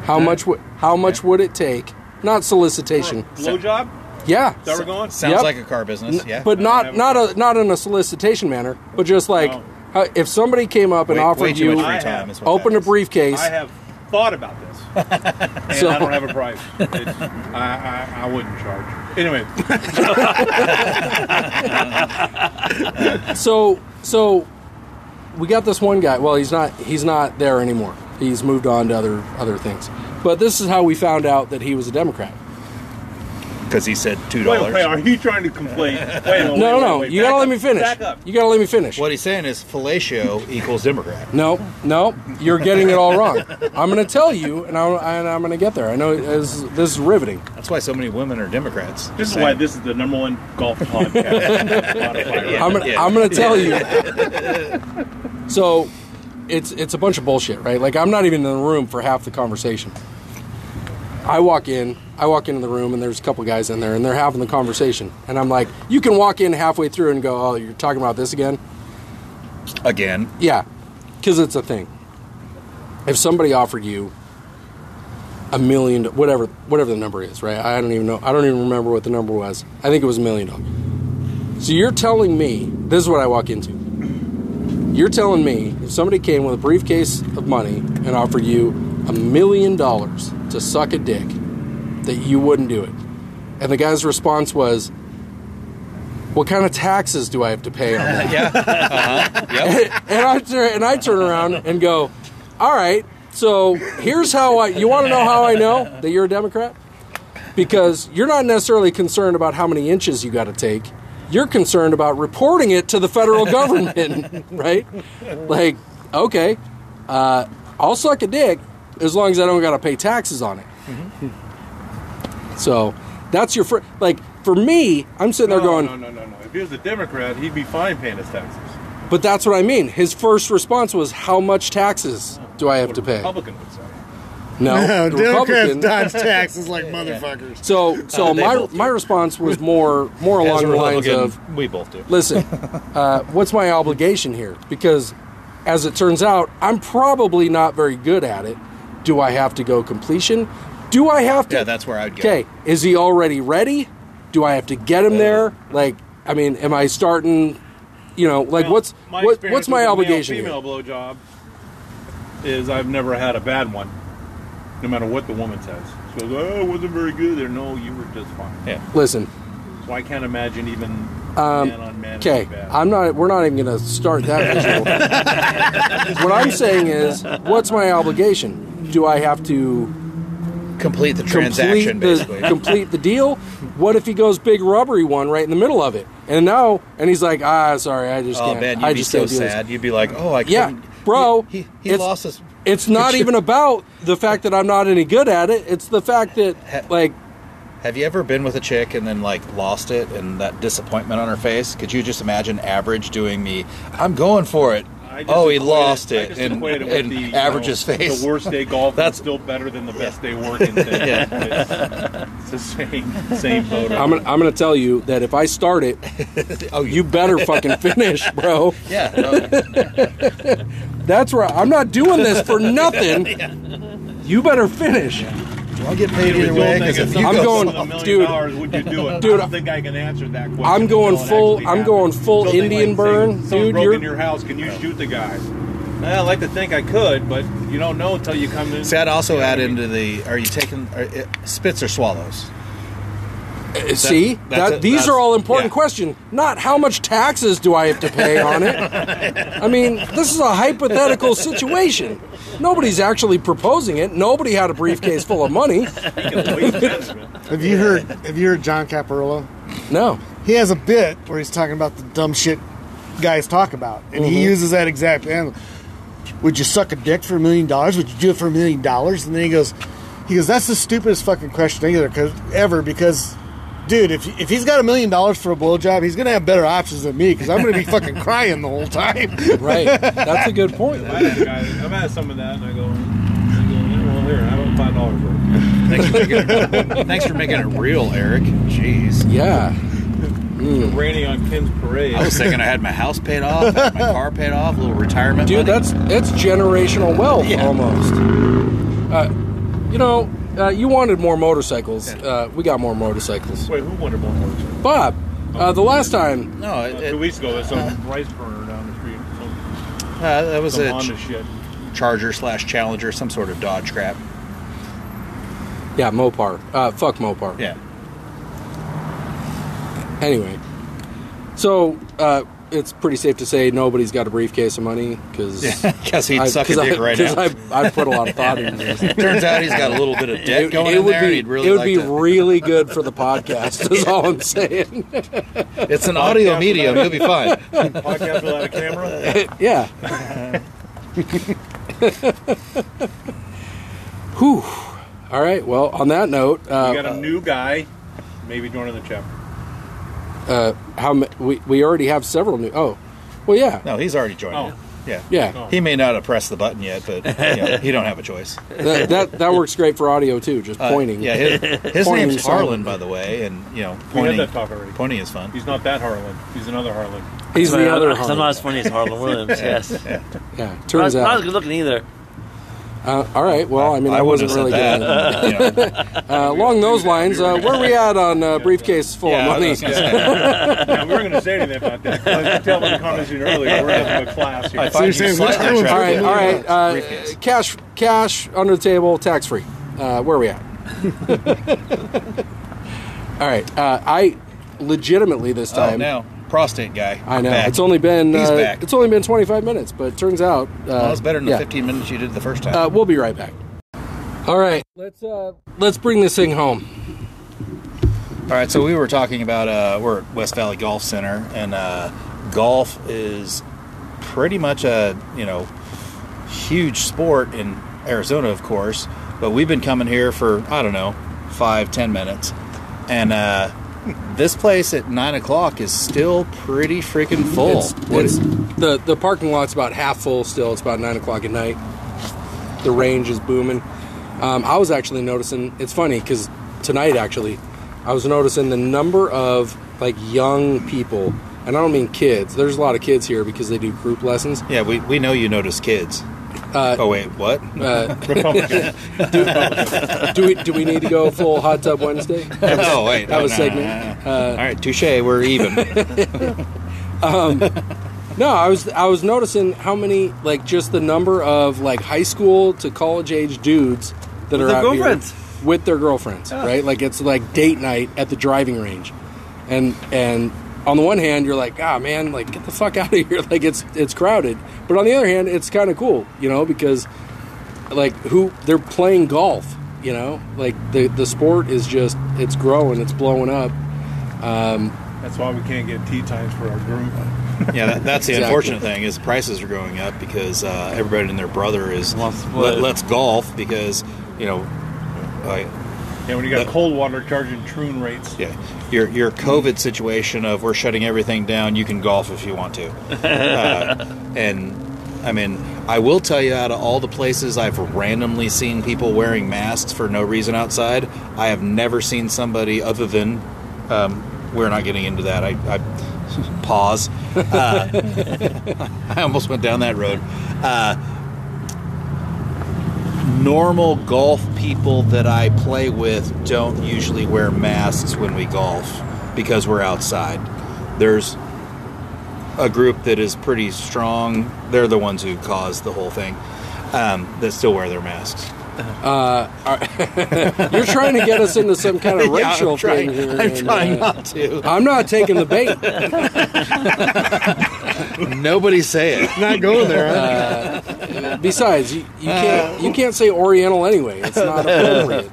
How much would how much would it take? Not solicitation.
Blowjob?
Yeah.
Is that where we're going?
Sounds
Yep.
like a car business. Yeah.
But
have
not
a
not a not in a solicitation manner, but just like
No.
how, if somebody came up and
way,
offered
way too
you
much free
I
time.
have
Is what
open
that
a
is.
briefcase,
I have thought about
*laughs*
this, and
So-
I don't have a price. It's, I, I, I wouldn't charge. Anyway,
So so we got this one guy. Well, he's not he's not there anymore. He's moved on to other other things. But this is how we found out that he was a Democrat.
because he said two
Wait, wait,
dollars.
are you trying to complain? Wait, wait,
No,
wait,
no, no.
wait, wait,
You
back
gotta let
up,
me finish.
Back up.
You gotta let me finish.
What he's saying is fellatio equals Democrat.
No, no, you're getting it all wrong. I'm going to tell you, and I'm, and I'm going to get there. I know this, is- this is riveting.
That's why so many women are Democrats.
This is
Same.
why this is the number one golf *laughs* podcast. Spotify.
I'm gonna,
yeah.
I'm going to tell you.
*laughs*
So, it's it's a bunch of bullshit, right? Like I'm not even in the room for half the conversation. I walk in, I walk into the room, and there's a couple guys in there, and they're having the conversation, and I'm like, you can walk in halfway through and go, oh, you're talking about this again.
again.
Yeah, because it's a thing. If somebody offered you a million, whatever, whatever the number is, right? I don't even know. I don't even remember what the number was. I think it was a million dollars. So you're telling me this is what I walk into. You're telling me if somebody came with a briefcase of money and offered you a million dollars to suck a dick, that you wouldn't do it. And the guy's response was, "What kind of taxes do I have to pay on that?"
*laughs* Uh-huh.
and I turn and I turn around and go, "All right, so here's how I. You want to know how I know that you're a Democrat? Because you're not necessarily concerned about how many inches you got to take. You're concerned about reporting it to the federal government, *laughs* right? Like, okay, uh, I'll suck a dick as long as I don't got to pay taxes on it.
Mm-hmm.
So that's your fir- like." For me, I'm sitting
No,
there going,
no, no, no, no. If he was a Democrat, he'd be fine paying his taxes.
but that's what I mean. His first response was, "How much taxes do I have
What
to
a
pay?"
Republican would say. *laughs*
*laughs*
No, the
Democrats
Republican.
dodge taxes like motherfuckers.
So, so
Uh, they
my
both do.
my response was more more
As
along
a
the lines
Republican,
of,
we both do.
"Listen, uh, what's my obligation here? Because, as it turns out, I'm probably not very good at it. Do I have to go completion? Do I have to?
Yeah, that's where I'd go.
Okay, is he already ready? Do I have to get him there? Like, I mean, am I starting? You know, like
Well,
what's what,
experience
what's my
with a
obligation? here?
Male, female blowjob is I've never had a bad one, no matter what the woman says. She goes, "Oh, it wasn't very good." There, no, you were just fine.
Yeah.
Listen,
So I can't imagine even man on man. is
Um, Okay,
bad.
I'm not. We're not even going to start that visual.
*laughs*
what I'm saying is, what's my obligation? Do I have to
Complete the
complete
transaction,
the, *laughs*
basically.
complete the deal? What if he goes big rubbery one right in the middle of it, and now and he's like, ah, sorry, I just
oh
can't.
man, you'd
I
be
just
so
can't do this."
sad. You'd be like, oh, I
Yeah,
couldn't.
bro,
He, he, he
it's-
lost his.
It's
*laughs*
not even about the fact that I'm not any good at it. It's the fact that like
Have you ever been with a chick and then like lost it and that disappointment on her face? Could you just imagine average doing the I'm going for it.
I just
Oh, he
equated-
lost
I
it
just
and,
equated with
and
the, you
average's
know,
face.
The worst day golf
That's-
that's still better than the best day working. Thing.
*laughs* Yeah.
It's, it's the same same photo.
I'm gonna, I'm going to tell you that if I start *laughs* it,
Oh, you.
you better *laughs* fucking finish, bro.
yeah.
*laughs*
no,
That's right. I'm not doing this *laughs* for nothing. You better finish.
I'll get
If
paid either
you'll
way.
think
'cause
of
if you
something
I'm
go-
going-
with a million
dude.
dollars, would you do it?
Dude,
I don't think I can answer that question.
I'm going
until it
full-
actually
I'm
happens.
going full
Something
Indian
like
burn,
saying, Someone
dude,
broke
you're-
in your house. Can you shoot the guy? I like to think I could, but you don't know until you come in.
See, I'd also add into the are you taking are, uh, spits or swallows?
See,
that's
that,
it.
these
That's-
are all important
yeah.
questions. Not how much taxes do I have to pay on
*laughs*
it. I mean, this is a hypothetical situation. Nobody's actually proposing it. Nobody had a briefcase full of money.
Have you heard? Have you heard John Caparillo?
No.
He has a bit where he's talking about the dumb shit guys talk about, and he uses that exact. And would you suck a dick for a million dollars? Would you do it for a million dollars? And then he goes, he goes, that's the stupidest fucking question either, cause, ever because. Dude, if, if he's got a million dollars for a blowjob, he's gonna have better options than me because I'm gonna be *laughs* fucking crying the whole time.
Right. That's a good
*laughs*
point.
I had a guy- I've had some of that, and I go, I go yeah, well, here, how about five dollars worth?
Thanks for making it, thanks for making it real, Eric. Jeez.
Yeah. *laughs*
Rainy on Kim's parade.
*laughs* I was thinking I had my house paid off, had my *laughs* car paid off, a little retirement.
Dude,
money.
that's that's generational wealth
Yeah.
almost. Uh, you know, uh, you wanted more motorcycles. Uh, we got more motorcycles.
Wait, who wanted more horses?
Bob, uh, the last time
no.
Uh,
It,
two
it,
weeks ago, there's
*laughs*
some rice burner down the street. Some,
uh, that was
some
a
Honda
ch-
shit.
Charger slash Challenger, some sort of Dodge crap.
Yeah, Mopar. Uh, fuck Mopar.
*laughs* Yeah.
Anyway, so uh, it's pretty safe to say nobody's got a briefcase of money because *laughs*
Yeah, 'cause he'd suck a dick right now.
I, I put a lot of thought into this.
*laughs* Turns out he's got a little bit *laughs* of debt
It-
going
it
in
would
there,
Be,
and he'd really
it would
like
be
to-
really good for the podcast. Is all I'm
*laughs*
saying.
It's *laughs* an audio medium. You'll be fine.
Podcast without a
*laughs*
camera.
yeah. Whew. All right. Well, on that note,
We
uh,
got a new guy, maybe joining the chapter.
uh, how ma- we we already have several new. Oh, well, yeah,
No, he's already joined.
Oh.
Yeah.
yeah.
He may not have pressed the button yet, but you know, he don't have
*laughs*
a choice.
That, that that works great for audio too. Just
Uh,
pointing.
yeah, his, his
Pointing
name's
silent.
Harlan, by the way, and you know,
We had
pointing.
that talk already.
Pointing is fun.
He's not that Harlan. He's another Harlan.
He's the other.
I'm not
Harlan.
as funny as
*laughs*
Harlan Williams. Yes, I'm
Yeah.
not,
Turns
not as
out.
good looking either. *laughs*
Uh, all right. Well, I mean, I,
wouldn't
wasn't really
have said
good. at
that. You
*laughs*
know,
it. Uh, along those lines, uh, where are we at on uh, briefcase full
yeah, I
of money?
was gonna say,
Yeah, we weren't going to say anything about that. I was tell by the comments you did earlier. We're having a class here.
I find
So you're
you
saying which
slightly
Harlan
All right,
attractive.
all right. Uh,
Briefcase.
cash, cash under the table, tax free. Uh, where are we
*laughs*
at? all right. Uh, I legitimately this
Oh,
time.
now prostate guy.
I know
Back.
it's only been
He's
uh,
back.
it's only been 25 minutes, but it turns out uh,
Well, it's better than
yeah.
the 15 minutes you did the first time.
Uh, we'll be right back. All right, let's uh, let's bring this thing home.
All right, so we were talking about uh, we're at West Valley Golf Center, and uh, golf is pretty much a you know huge sport in Arizona, of course. But we've been coming here for I don't know five ten minutes, and uh, this place at nine o'clock is still pretty freaking full.
It's, it's- the the parking lot's about half full still. It's about nine o'clock at night. The range is booming. Um, I was actually noticing. It's funny because tonight actually, I was noticing the number of like young people, and I don't mean kids. There's a lot of kids here because they do group lessons.
yeah, we, we know you notice kids.
Uh,
oh wait,
*laughs*
what?
Republican.
Do we do we need to go full hot tub Wednesday?
oh wait,
that was uh,
no, no,
segment.
no, no. All right, touche. We're even.
No, I was I was noticing how many like just the number of like high school to college age dudes that are
their
out here
girlfriends.
with their girlfriends, right? Like it's like date night at the driving range, and and on the one hand you're like, ah man, like get the fuck *laughs* out of here, like it's it's crowded. But on the other hand, it's kind of cool, you know, because like who they're playing golf, you know, like the the sport is just it's growing, it's blowing up.
That's why we can't get tea times for our group.
Yeah, that, that's the
Exactly.
unfortunate thing is prices are going up because uh, everybody and their brother is
Wants to
let,
play.
let's golf because you know, like,
Yeah, when you got
But-
cold water charging troon rates.
yeah, your your COVID situation of we're shutting everything down. You can golf if you want to, uh, and I mean, I will tell you, out of all the places I've randomly seen people wearing masks for no reason outside, I have never seen somebody other than. Um, we're not getting into that. I, I pause. Uh, *laughs* I almost went down that road. Uh, normal golf people that I play with don't usually wear masks when we golf because we're outside. There's a group that is pretty strong. They're the ones who caused the whole thing um, that still wear their masks.
You're trying to get us into some kind of
*laughs* *laughs* Yeah,
racial
I'm trying,
thing here.
I'm
and,
trying
uh,
not to.
I'm not taking the bait.
Nobody say it.
Not going there. Huh?
Besides, you, you can't you can't say Oriental anyway. It's
*laughs*
not appropriate.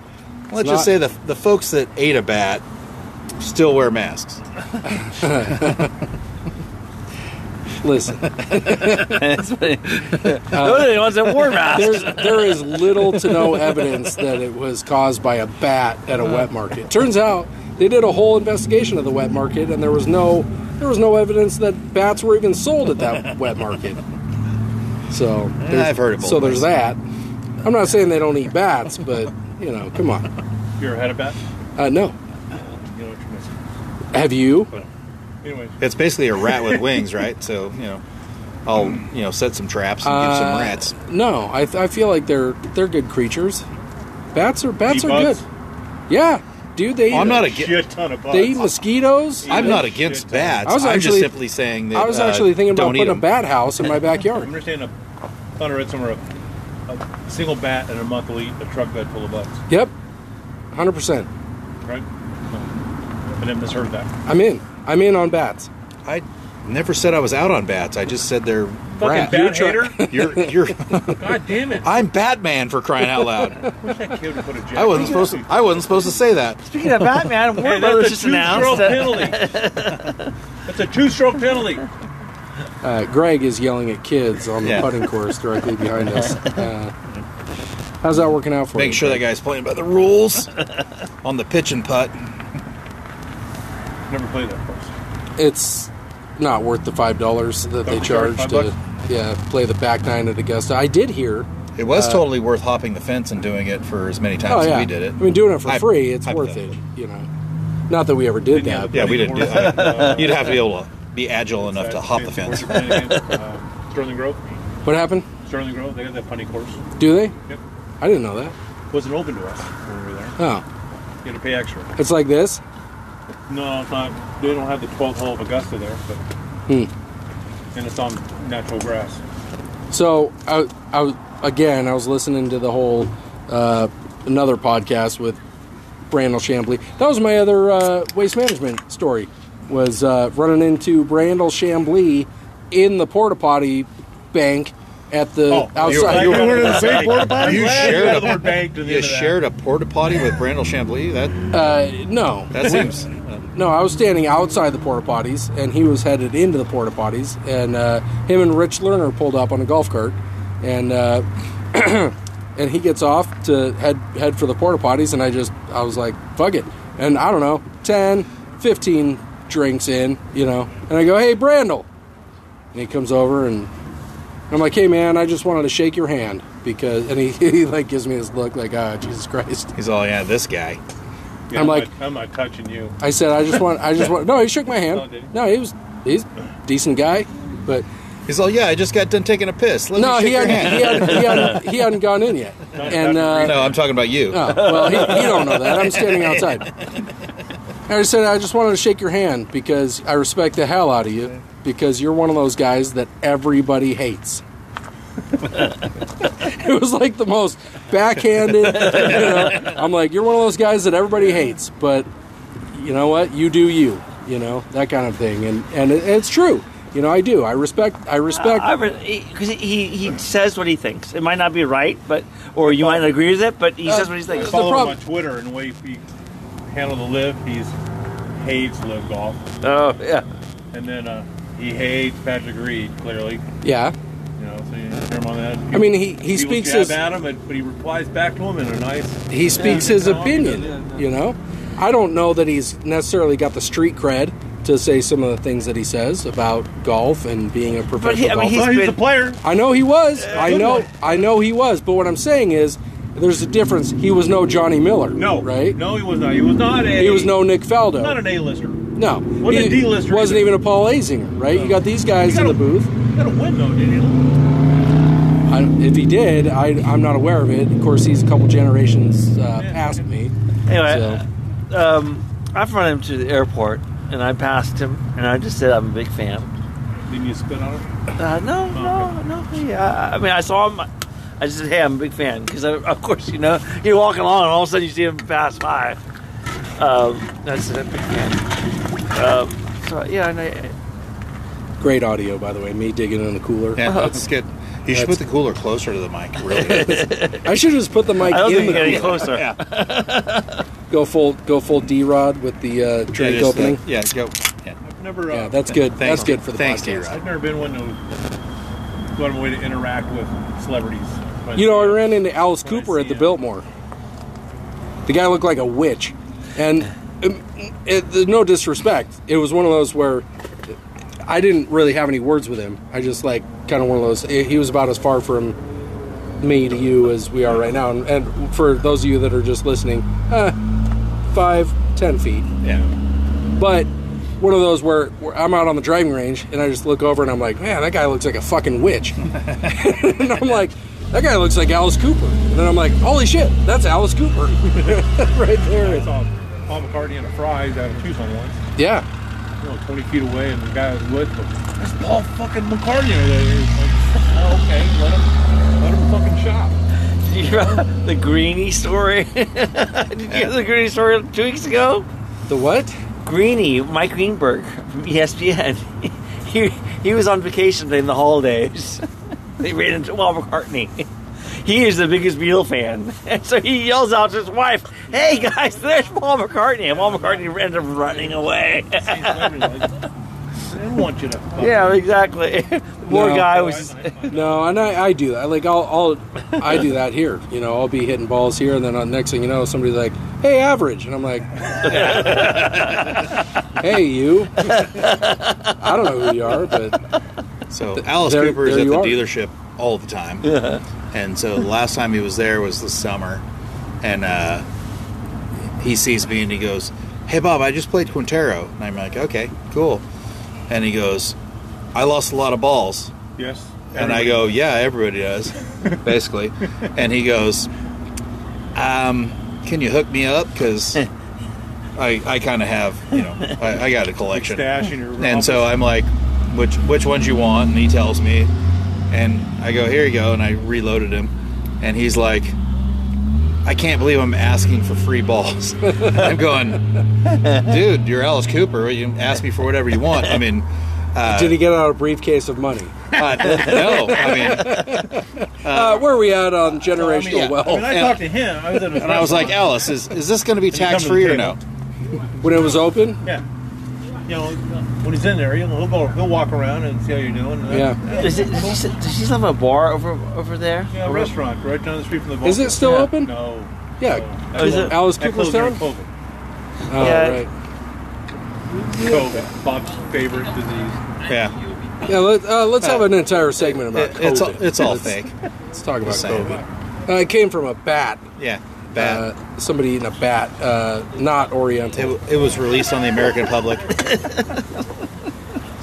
Let's just say the, the folks that ate a bat still wear masks.
Listen,
It's funny.
Uh,
Those are the ones that wore masks.
there's there is little to no evidence that it was caused by a bat at a wet market. Turns out they did a whole investigation of the wet market, and there was no there was no evidence that bats were even sold at that wet market. So there's-
I've heard of
So
both
there's
ways.
that. I'm not saying they don't eat bats, but you know, come on.
You're ahead of bat.
Uh, no,
You know what you're missing.
have you?
Anyways,
It's basically a rat with wings, right? So you know, I'll you know set some traps and get
Uh,
some rats.
No, I, I feel like they're they're good creatures. Bats are bats
Eat
are
bugs?
good. Yeah, dude, they.
Well,
eat
I'm not
a-
against.
shit ton of bugs.
They eat mosquitoes.
I'm
Eat
not
a
against
shit ton.
bats.
I was
I'm just
actually-
simply saying that
I was
uh,
actually thinking about
don't eat
putting a
'em.
bat house in
*laughs*
my
I'm
backyard.
just saying a thunder rates somewhere a, a single bat in a month will eat a truck bed full of bugs.
yep, hundred percent.
Right? I didn't misheard that.
I'm in. I'm in on bats.
I Never said I was out on bats. I just said they're
Fucking
rad.
bat hater.
You're try- *laughs* You're
*laughs*
you're.
God damn it!
I'm Batman for crying out loud.
wish that kid would put a jacket
I wasn't supposed to. I wasn't supposed to say that.
Speaking of Batman, Warner
Hey,
Brothers
that's a
just
two-stroke
announced. that-
penalty. *laughs* That's a two-stroke penalty.
Uh, Greg is yelling at kids on the
Yeah.
putting course directly behind
*laughs*
us. Uh, how's that working out for you?
Make sure that guy's playing by
*laughs*
the rules on the pitch and putt.
Never played that course.
it's not worth the five dollars that they
Don't
charge
charge
to
five bucks?
yeah play the back nine at Augusta. I did hear.
It was totally worth hopping the fence and doing it for as many times
Uh, oh yeah,
as we did it.
I mean, doing it for
Hy-
free, it's worth it.
hypothetically.
You know, not that we ever did that.
Yeah, we didn't do
that. *laughs*
You'd have to be able to be agile enough to hop
*laughs*
the fence.
uh, Sterling Grove.
but- What happened?
Sterling Grove. They got that punny course.
Do they?
Yep.
I didn't know that.
Wasn't open to us when we were there.
Oh,
You had to pay extra.
it's like this.
No, it's not. They don't have the 12th hole of Augusta there, but
Hmm.
and it's on natural grass.
So I, I was- again, I was listening to the whole uh, another podcast with Brandel Chambly. That was my other uh, waste management story. Was uh, running into Brandel Chambly in the porta potty bank at the
Oh,
outside.
You were in the same porta potty?
You
Glad
shared
added
a-
the word bank to the
You
end of that.
shared a porta potty with Brandel Chambly. That
uh, no,
*laughs*
that seems.
no, I was standing outside the porta potties, and he was headed into the porta potties. And uh, him and Rich Lerner pulled up on a golf cart, and uh, *clears throat* and he gets off to head head for the porta potties, and I just I was like, fuck it, and I don't know, 10, 15 drinks in, you know, and I go, hey Brandel, and he comes over and I'm like, hey man, I just wanted to shake your hand because, and he, *laughs* he like gives me this look like, ah, Jesus Christ.
He's all yeah. This guy.
Yeah,
I'm like-
not- I'm not touching you.
I said, I just want, I just want. No, he shook my hand.
Oh, did he?
No, he was, he's a decent guy, but
He's all yeah. I just got done taking a piss. Let
no,
me shake
he
your
hadn't,
hand."
he hadn't, he hadn't, he hadn't gone in yet. And uh,
No, I'm talking about you.
oh, well, he, you don't know that. I'm standing outside. And I said, I just wanted to shake your hand because I respect the hell out of you because you're one of those guys that everybody hates. *laughs* it was like the most backhanded. You know, I'm like, you're one of those guys that everybody hates, but you know what? You do you. You know that kind of thing, and and it, it's true. You know, I do. I respect. I respect.
because he, he says what he thinks. It might not be right, but or you might not agree with it, but he says what he thinks.
Follow him
problem-
on Twitter and the way he handled the live. He's hates live golf,
Oh yeah,
and then uh, he hates Patrick Reed clearly.
yeah.
You know, so you hear him on that.
I mean, he he
People
speaks
jab
his.
at him, and, but he replies back to him in a nice.
he speaks
Yeah.
his
No,
opinion.
yeah, yeah.
You know, I don't know that he's necessarily got the street cred to say some of the things that he says about golf and being a professional
I mean,
golfer.
He's
Well, he's
been-
a player.
I know he was. I
good
know.
one.
I know he was. But what I'm saying is, there's a difference. He was no Johnny Miller.
No,
right?
No, he was not. He was not a.
He was no Nick Faldo.
Not an A-lister. You
no,
Wasn't a
he
D-lister
wasn't
either.
even a Paul Azinger, right? You got these guys
You
in the
gotta-
booth.
got to win though, didn't you?
I, if he did, I, I'm not aware of it. Of course, he's a couple generations uh, past me.
Anyway, um, I've run him to the airport, and I passed him, and I just said I'm a big fan.
Didn't you spit on him?
Uh, no, no, no. Hey, uh, I, I mean, I saw him. I just said, "Hey, I'm a big fan," because of course, you know, you're walking along, and all of a sudden you see him pass by. Um, that's a big fan. Um, so yeah, and I,
Great audio, by the way. Me digging in the cooler.
Yeah, let's get. You should put the cooler closer to the mic.
*laughs*
Really.
I should have just put the mic
I don't
in
think
the
you get any
cooler.
closer.
Go full, go full D Rod with the uh, drink
Yeah, just, uh,
opening.
Yeah, go. Yeah.
I've never. Uh,
yeah, that's good.
Thanks.
that's good for the
Thanks,
podcast.
D-Rod.
I've never been one to go out of my way to interact with celebrities. But-
You know, I ran into Alice Cooper
see
at the
him.
Biltmore. The guy looked like a witch, and um, it, there's no disrespect. It was one of those where I didn't really have any words with him. I just like kind of one of those. He he was about as far from me to you as we are right now. And, and for those of you that are just listening, uh, five, ten feet.
Yeah.
But one of those where, where I'm out on the driving range and I just look over and I'm like, man, that guy looks like a fucking witch. and I'm like, that guy looks like Alice Cooper. And then I'm like, holy shit, that's Alice Cooper. right
I
there.
saw Paul McCartney and a fries out of Tucson once.
Yeah.
You know, 20 feet away, and the guy was with him. That's Paul fucking McCartney over there. He's like, oh, okay, let him, let him fucking shop.
Did *laughs* you hear about the Greeny story? *laughs* Did you hear the Greeny story two weeks ago?
The what?
E Greeny, Mike Greenberg from ESPN. *laughs* he he was on vacation during the holidays. *laughs* they ran into Paul McCartney. *laughs* He is the biggest Beatle fan, *laughs* and so he yells out to his wife, "Hey guys, there's Paul McCartney!" And Paul McCartney ends up running away. *laughs*
I don't want you to.
yeah, exactly. *laughs* Poor
No.
guy was.
No, and I, I do that. Like I'll, I'll I do that here. You know, I'll be hitting balls here, and then uh, next thing you know, somebody's like, "Hey, average," and I'm like, "Hey, you." I don't know who you are, but
So Alice
there-
Cooper is
there
at
you
the
are.
dealership all the time. And so the last time he was there was this summer, and uh, he sees me and he goes, "Hey Bob, I just played Quintero," and I'm like, "Okay, cool." And he goes, "I lost a lot of balls,"
Yes.
and I go, "Yeah, everybody does,
*laughs*
basically." and he goes, um, "Can you hook me up?
*laughs*
Because I, I kind of have, you know, I, I got a collection."
stash in your room.
And so I'm like, which which ones you want? And he tells me, and I go, here you go, and I reloaded him, and he's like, I can't believe I'm asking for free balls. *laughs* I'm going, dude, you're Alice Cooper. You can ask me for whatever you want. I mean, uh,
did he get out a briefcase of money?
uh, no, I mean,
Uh, where are we at on generational
yeah.
wealth?
I mean, I
and-
talked to him. I was at a
and I was like, Alice, is is this going to be
come to the
tax free or
table.
no?
When it was open,
yeah. You know, when he's in there, you know, he'll go, he'll walk around and see how you're doing. and
Yeah.
that-
Does, it, does, she, does she have a bar over over there?
Yeah, a restaurant right down the street from the.
Is it still
Yeah.
open?
No.
Yeah.
No.
Is it-
Alice
That closed during
Cooperstown.
COVID.
Oh,
Yeah.
right.
COVID, Bob's favorite disease.
Yeah,
Yeah. Let, uh, let's have an entire segment about
It- it's all,
COVID.
it's all fake.
Let's talk about
Just saying.
COVID. Uh, it came from a bat.
Yeah, bad.
Uh, somebody eating a bat, uh, not
it,
Oriental.
w- it was released on the American public.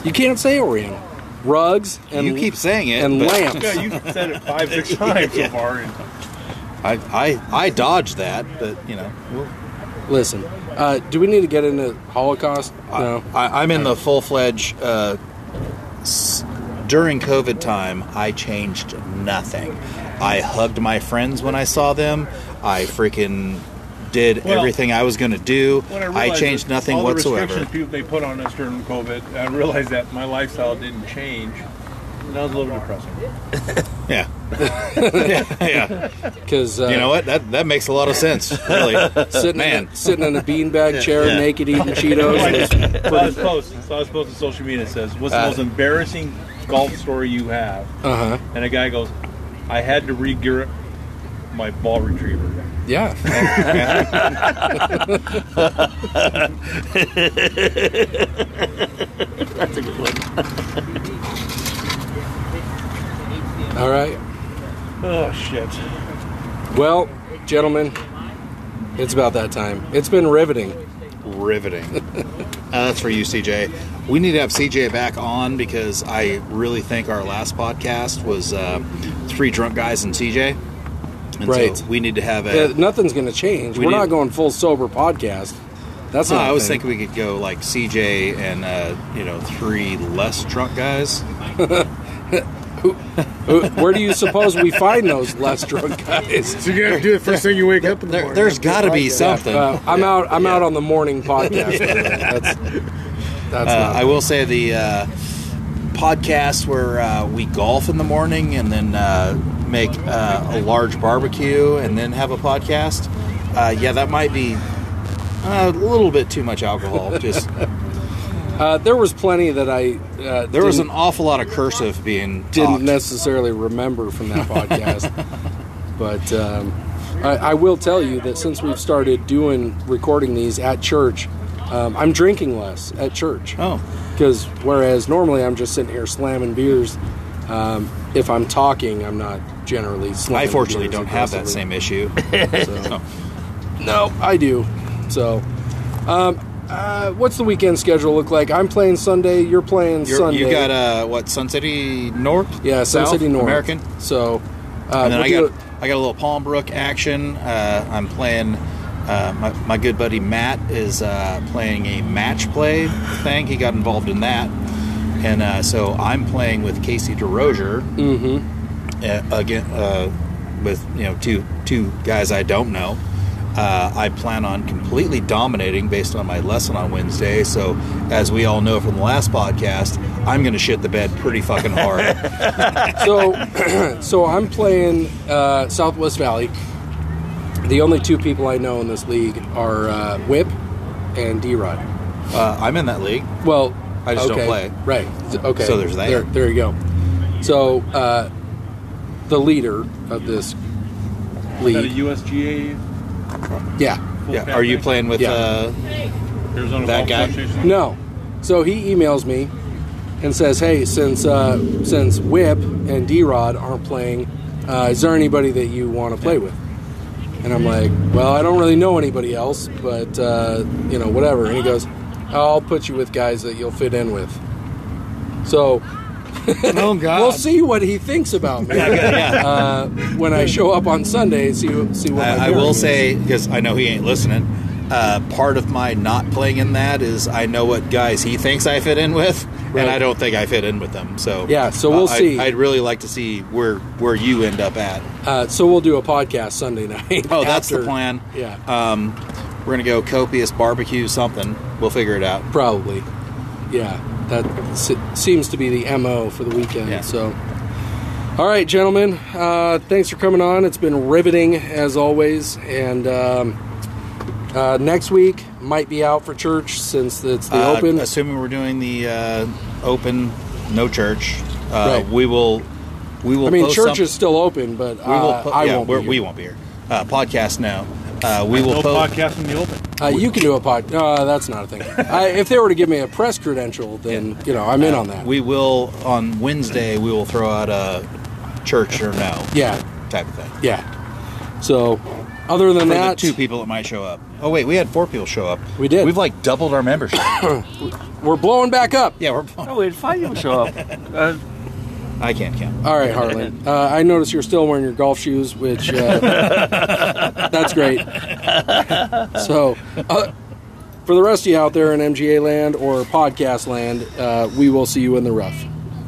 you can't say Oriental. Rugs and
you keep saying it,
and
but-
lamps.
Yeah, you've said it five, six times so far. And
I, I I dodged that, but you know,
Listen, uh, do we need to get into Holocaust?
Uh,
no.
I, I'm in the full fledged. Uh, s- during COVID time, I changed nothing. I hugged my friends when I saw them. I freaking did
Well,
everything I was going to do.
when I,
I,
realized
changed
that
nothing
all The
whatsoever.
restrictions
*laughs*
people, they put on us during COVID. I realized that my lifestyle didn't change. And that was a little *laughs* depressing.
Yeah. yeah, yeah.
Because uh,
You know what? That that makes a lot of sense.
*laughs*
Really.
sitting in
Man.
a, sitting in a beanbag chair,
*laughs* Yeah.
naked, eating
I
Cheetos.
just saw this post. Saw this post on social media. It says, "What's the
Uh,
most embarrassing golf story you have?"
Uh huh.
And a guy goes, "I had to re-gear my ball retriever."
Yeah.
That's a good one.
*laughs* All right.
Oh shit!
Well, gentlemen, it's about that time. It's been riveting.
riveting. uh, that's for you, CJ. We need to have CJ back on because I really think our last podcast was uh, three drunk guys and CJ. And
Right.
So we need to have
Uh,
a.
nothing's going to change. We
We
are not
need-
going full sober podcast. That's
No,
not.
I
a
was
thing.
thinking we could go like CJ and uh, you know three less drunk guys.
Who- Uh, Where do you suppose we find those less drunk guys?
*laughs* So you gotta do it first thing you wake up in the
There,
morning.
there's got to be
Yeah,
something.
uh, I'm out. I'm out on the morning podcast. by the way. That's that's
Uh,
not.
I will say the uh, podcast where uh, we golf in the morning and then uh, make uh, a large barbecue and then have a podcast. Uh, yeah, that might be uh, a little bit too much *laughs* alcohol. Just
Uh, there was plenty that I uh,
there was an
didn't,
awful lot of cursive being
didn't
talked.
necessarily remember from that podcast,
*laughs*
but um, I, I will tell you that since we've started doing recording these at church, um, I'm drinking less at church
oh,
because whereas normally I'm just sitting here slamming beers, um, if I'm talking, I'm not generally. slamming
I fortunately
beers
don't have that
aggressively.
same issue. *laughs*
So. no, I do. So, um, uh, what's the weekend schedule look like? I'm playing Sunday. You're playing
You're,
Sunday.
you got uh, what Sun City North?
yeah, Sun
South?
City North
American.
So, uh,
and then
we'll
I
do
got I got a little Palmbrook action. Uh, I'm playing. Uh, my, my good buddy Matt is uh, playing a match play thing. He got involved in that, and uh, so I'm playing with Casey DeRozier
Mm-hmm.
uh, again uh, with you know two two guys I don't know, Uh, I plan on completely dominating based on my lesson on Wednesday. So, as we all know from the last podcast, I'm going to shit the bed pretty fucking hard.
*laughs* so *clears throat* so I'm playing uh, Southwest Valley. The only two people I know in this league are uh, Whip and D Rod.
Uh, I'm in that league.
Well,
I just don't
okay,
play.
Right. S- Okay.
So there's that.
There, there you go. So uh, the leader of this
Is that a
league.
USGA?
Yeah.
full
yeah.
cap
Are you
thing?
playing with
Yeah.
uh,
Arizona
that
Golf
guy?
Association?
No. So he emails me and says, "Hey, since uh, since Whip and D Rod aren't playing, uh, is there anybody that you want to play with?" And I'm like, "Well, I don't really know anybody else, but uh, you know, whatever." And he goes, "I'll put you with guys that you'll fit in with." So *laughs*
Oh God!
we'll see what he thinks about me uh, when I show up on Sunday. and See see what my
I, I
bearing
will
is.
say because I know he ain't listening. Uh, part of my not playing in that is I know what guys he thinks I fit in with,
Right.
and I don't think I fit in with them. So uh,
Yeah, so we'll
I-
see.
I'd really like to see where where you end up at.
Uh, so we'll do a podcast Sunday night.
Oh, that's the
after-
plan.
Yeah,
Um, we're gonna go copious barbecue something. We'll figure it out.
Probably. Yeah, that se- seems to be the MO for the weekend.
Yeah.
So, all right, gentlemen, uh, thanks for coming on. It's been riveting as always. And um, uh, next week might be out for church since it's the
Uh,
open.
Assuming we're doing the uh, open, no church. Uh,
Right.
We will. We will.
I mean,
post
church
some-
is still open, but
We will.
uh,
po-
I
yeah,
won't.
we're-
be
We
here.
won't be here. Uh, podcast no. Uh, we will.
No
post.
podcast in the open.
Uh, you can do a pod. Uh, that's not a
*laughs*
thing. I, if they were to give me a press credential, then you know I'm in on that.
Uh, We will on Wednesday. We will throw out a church or no
yeah,
type of thing.
yeah. So, other than
For the
that,
two people that might show up. Oh wait, we had four people show up.
We did.
We've like doubled our membership. *coughs*
we're blowing back up.
yeah, we're.
Oh, wait, five people show up. Uh,
I can't count.
All right, Harlan. Uh, I notice you're still wearing your golf shoes, which uh, that's great. So, uh, for the rest of you out there in MGA land or podcast land, uh, we will see you in the rough.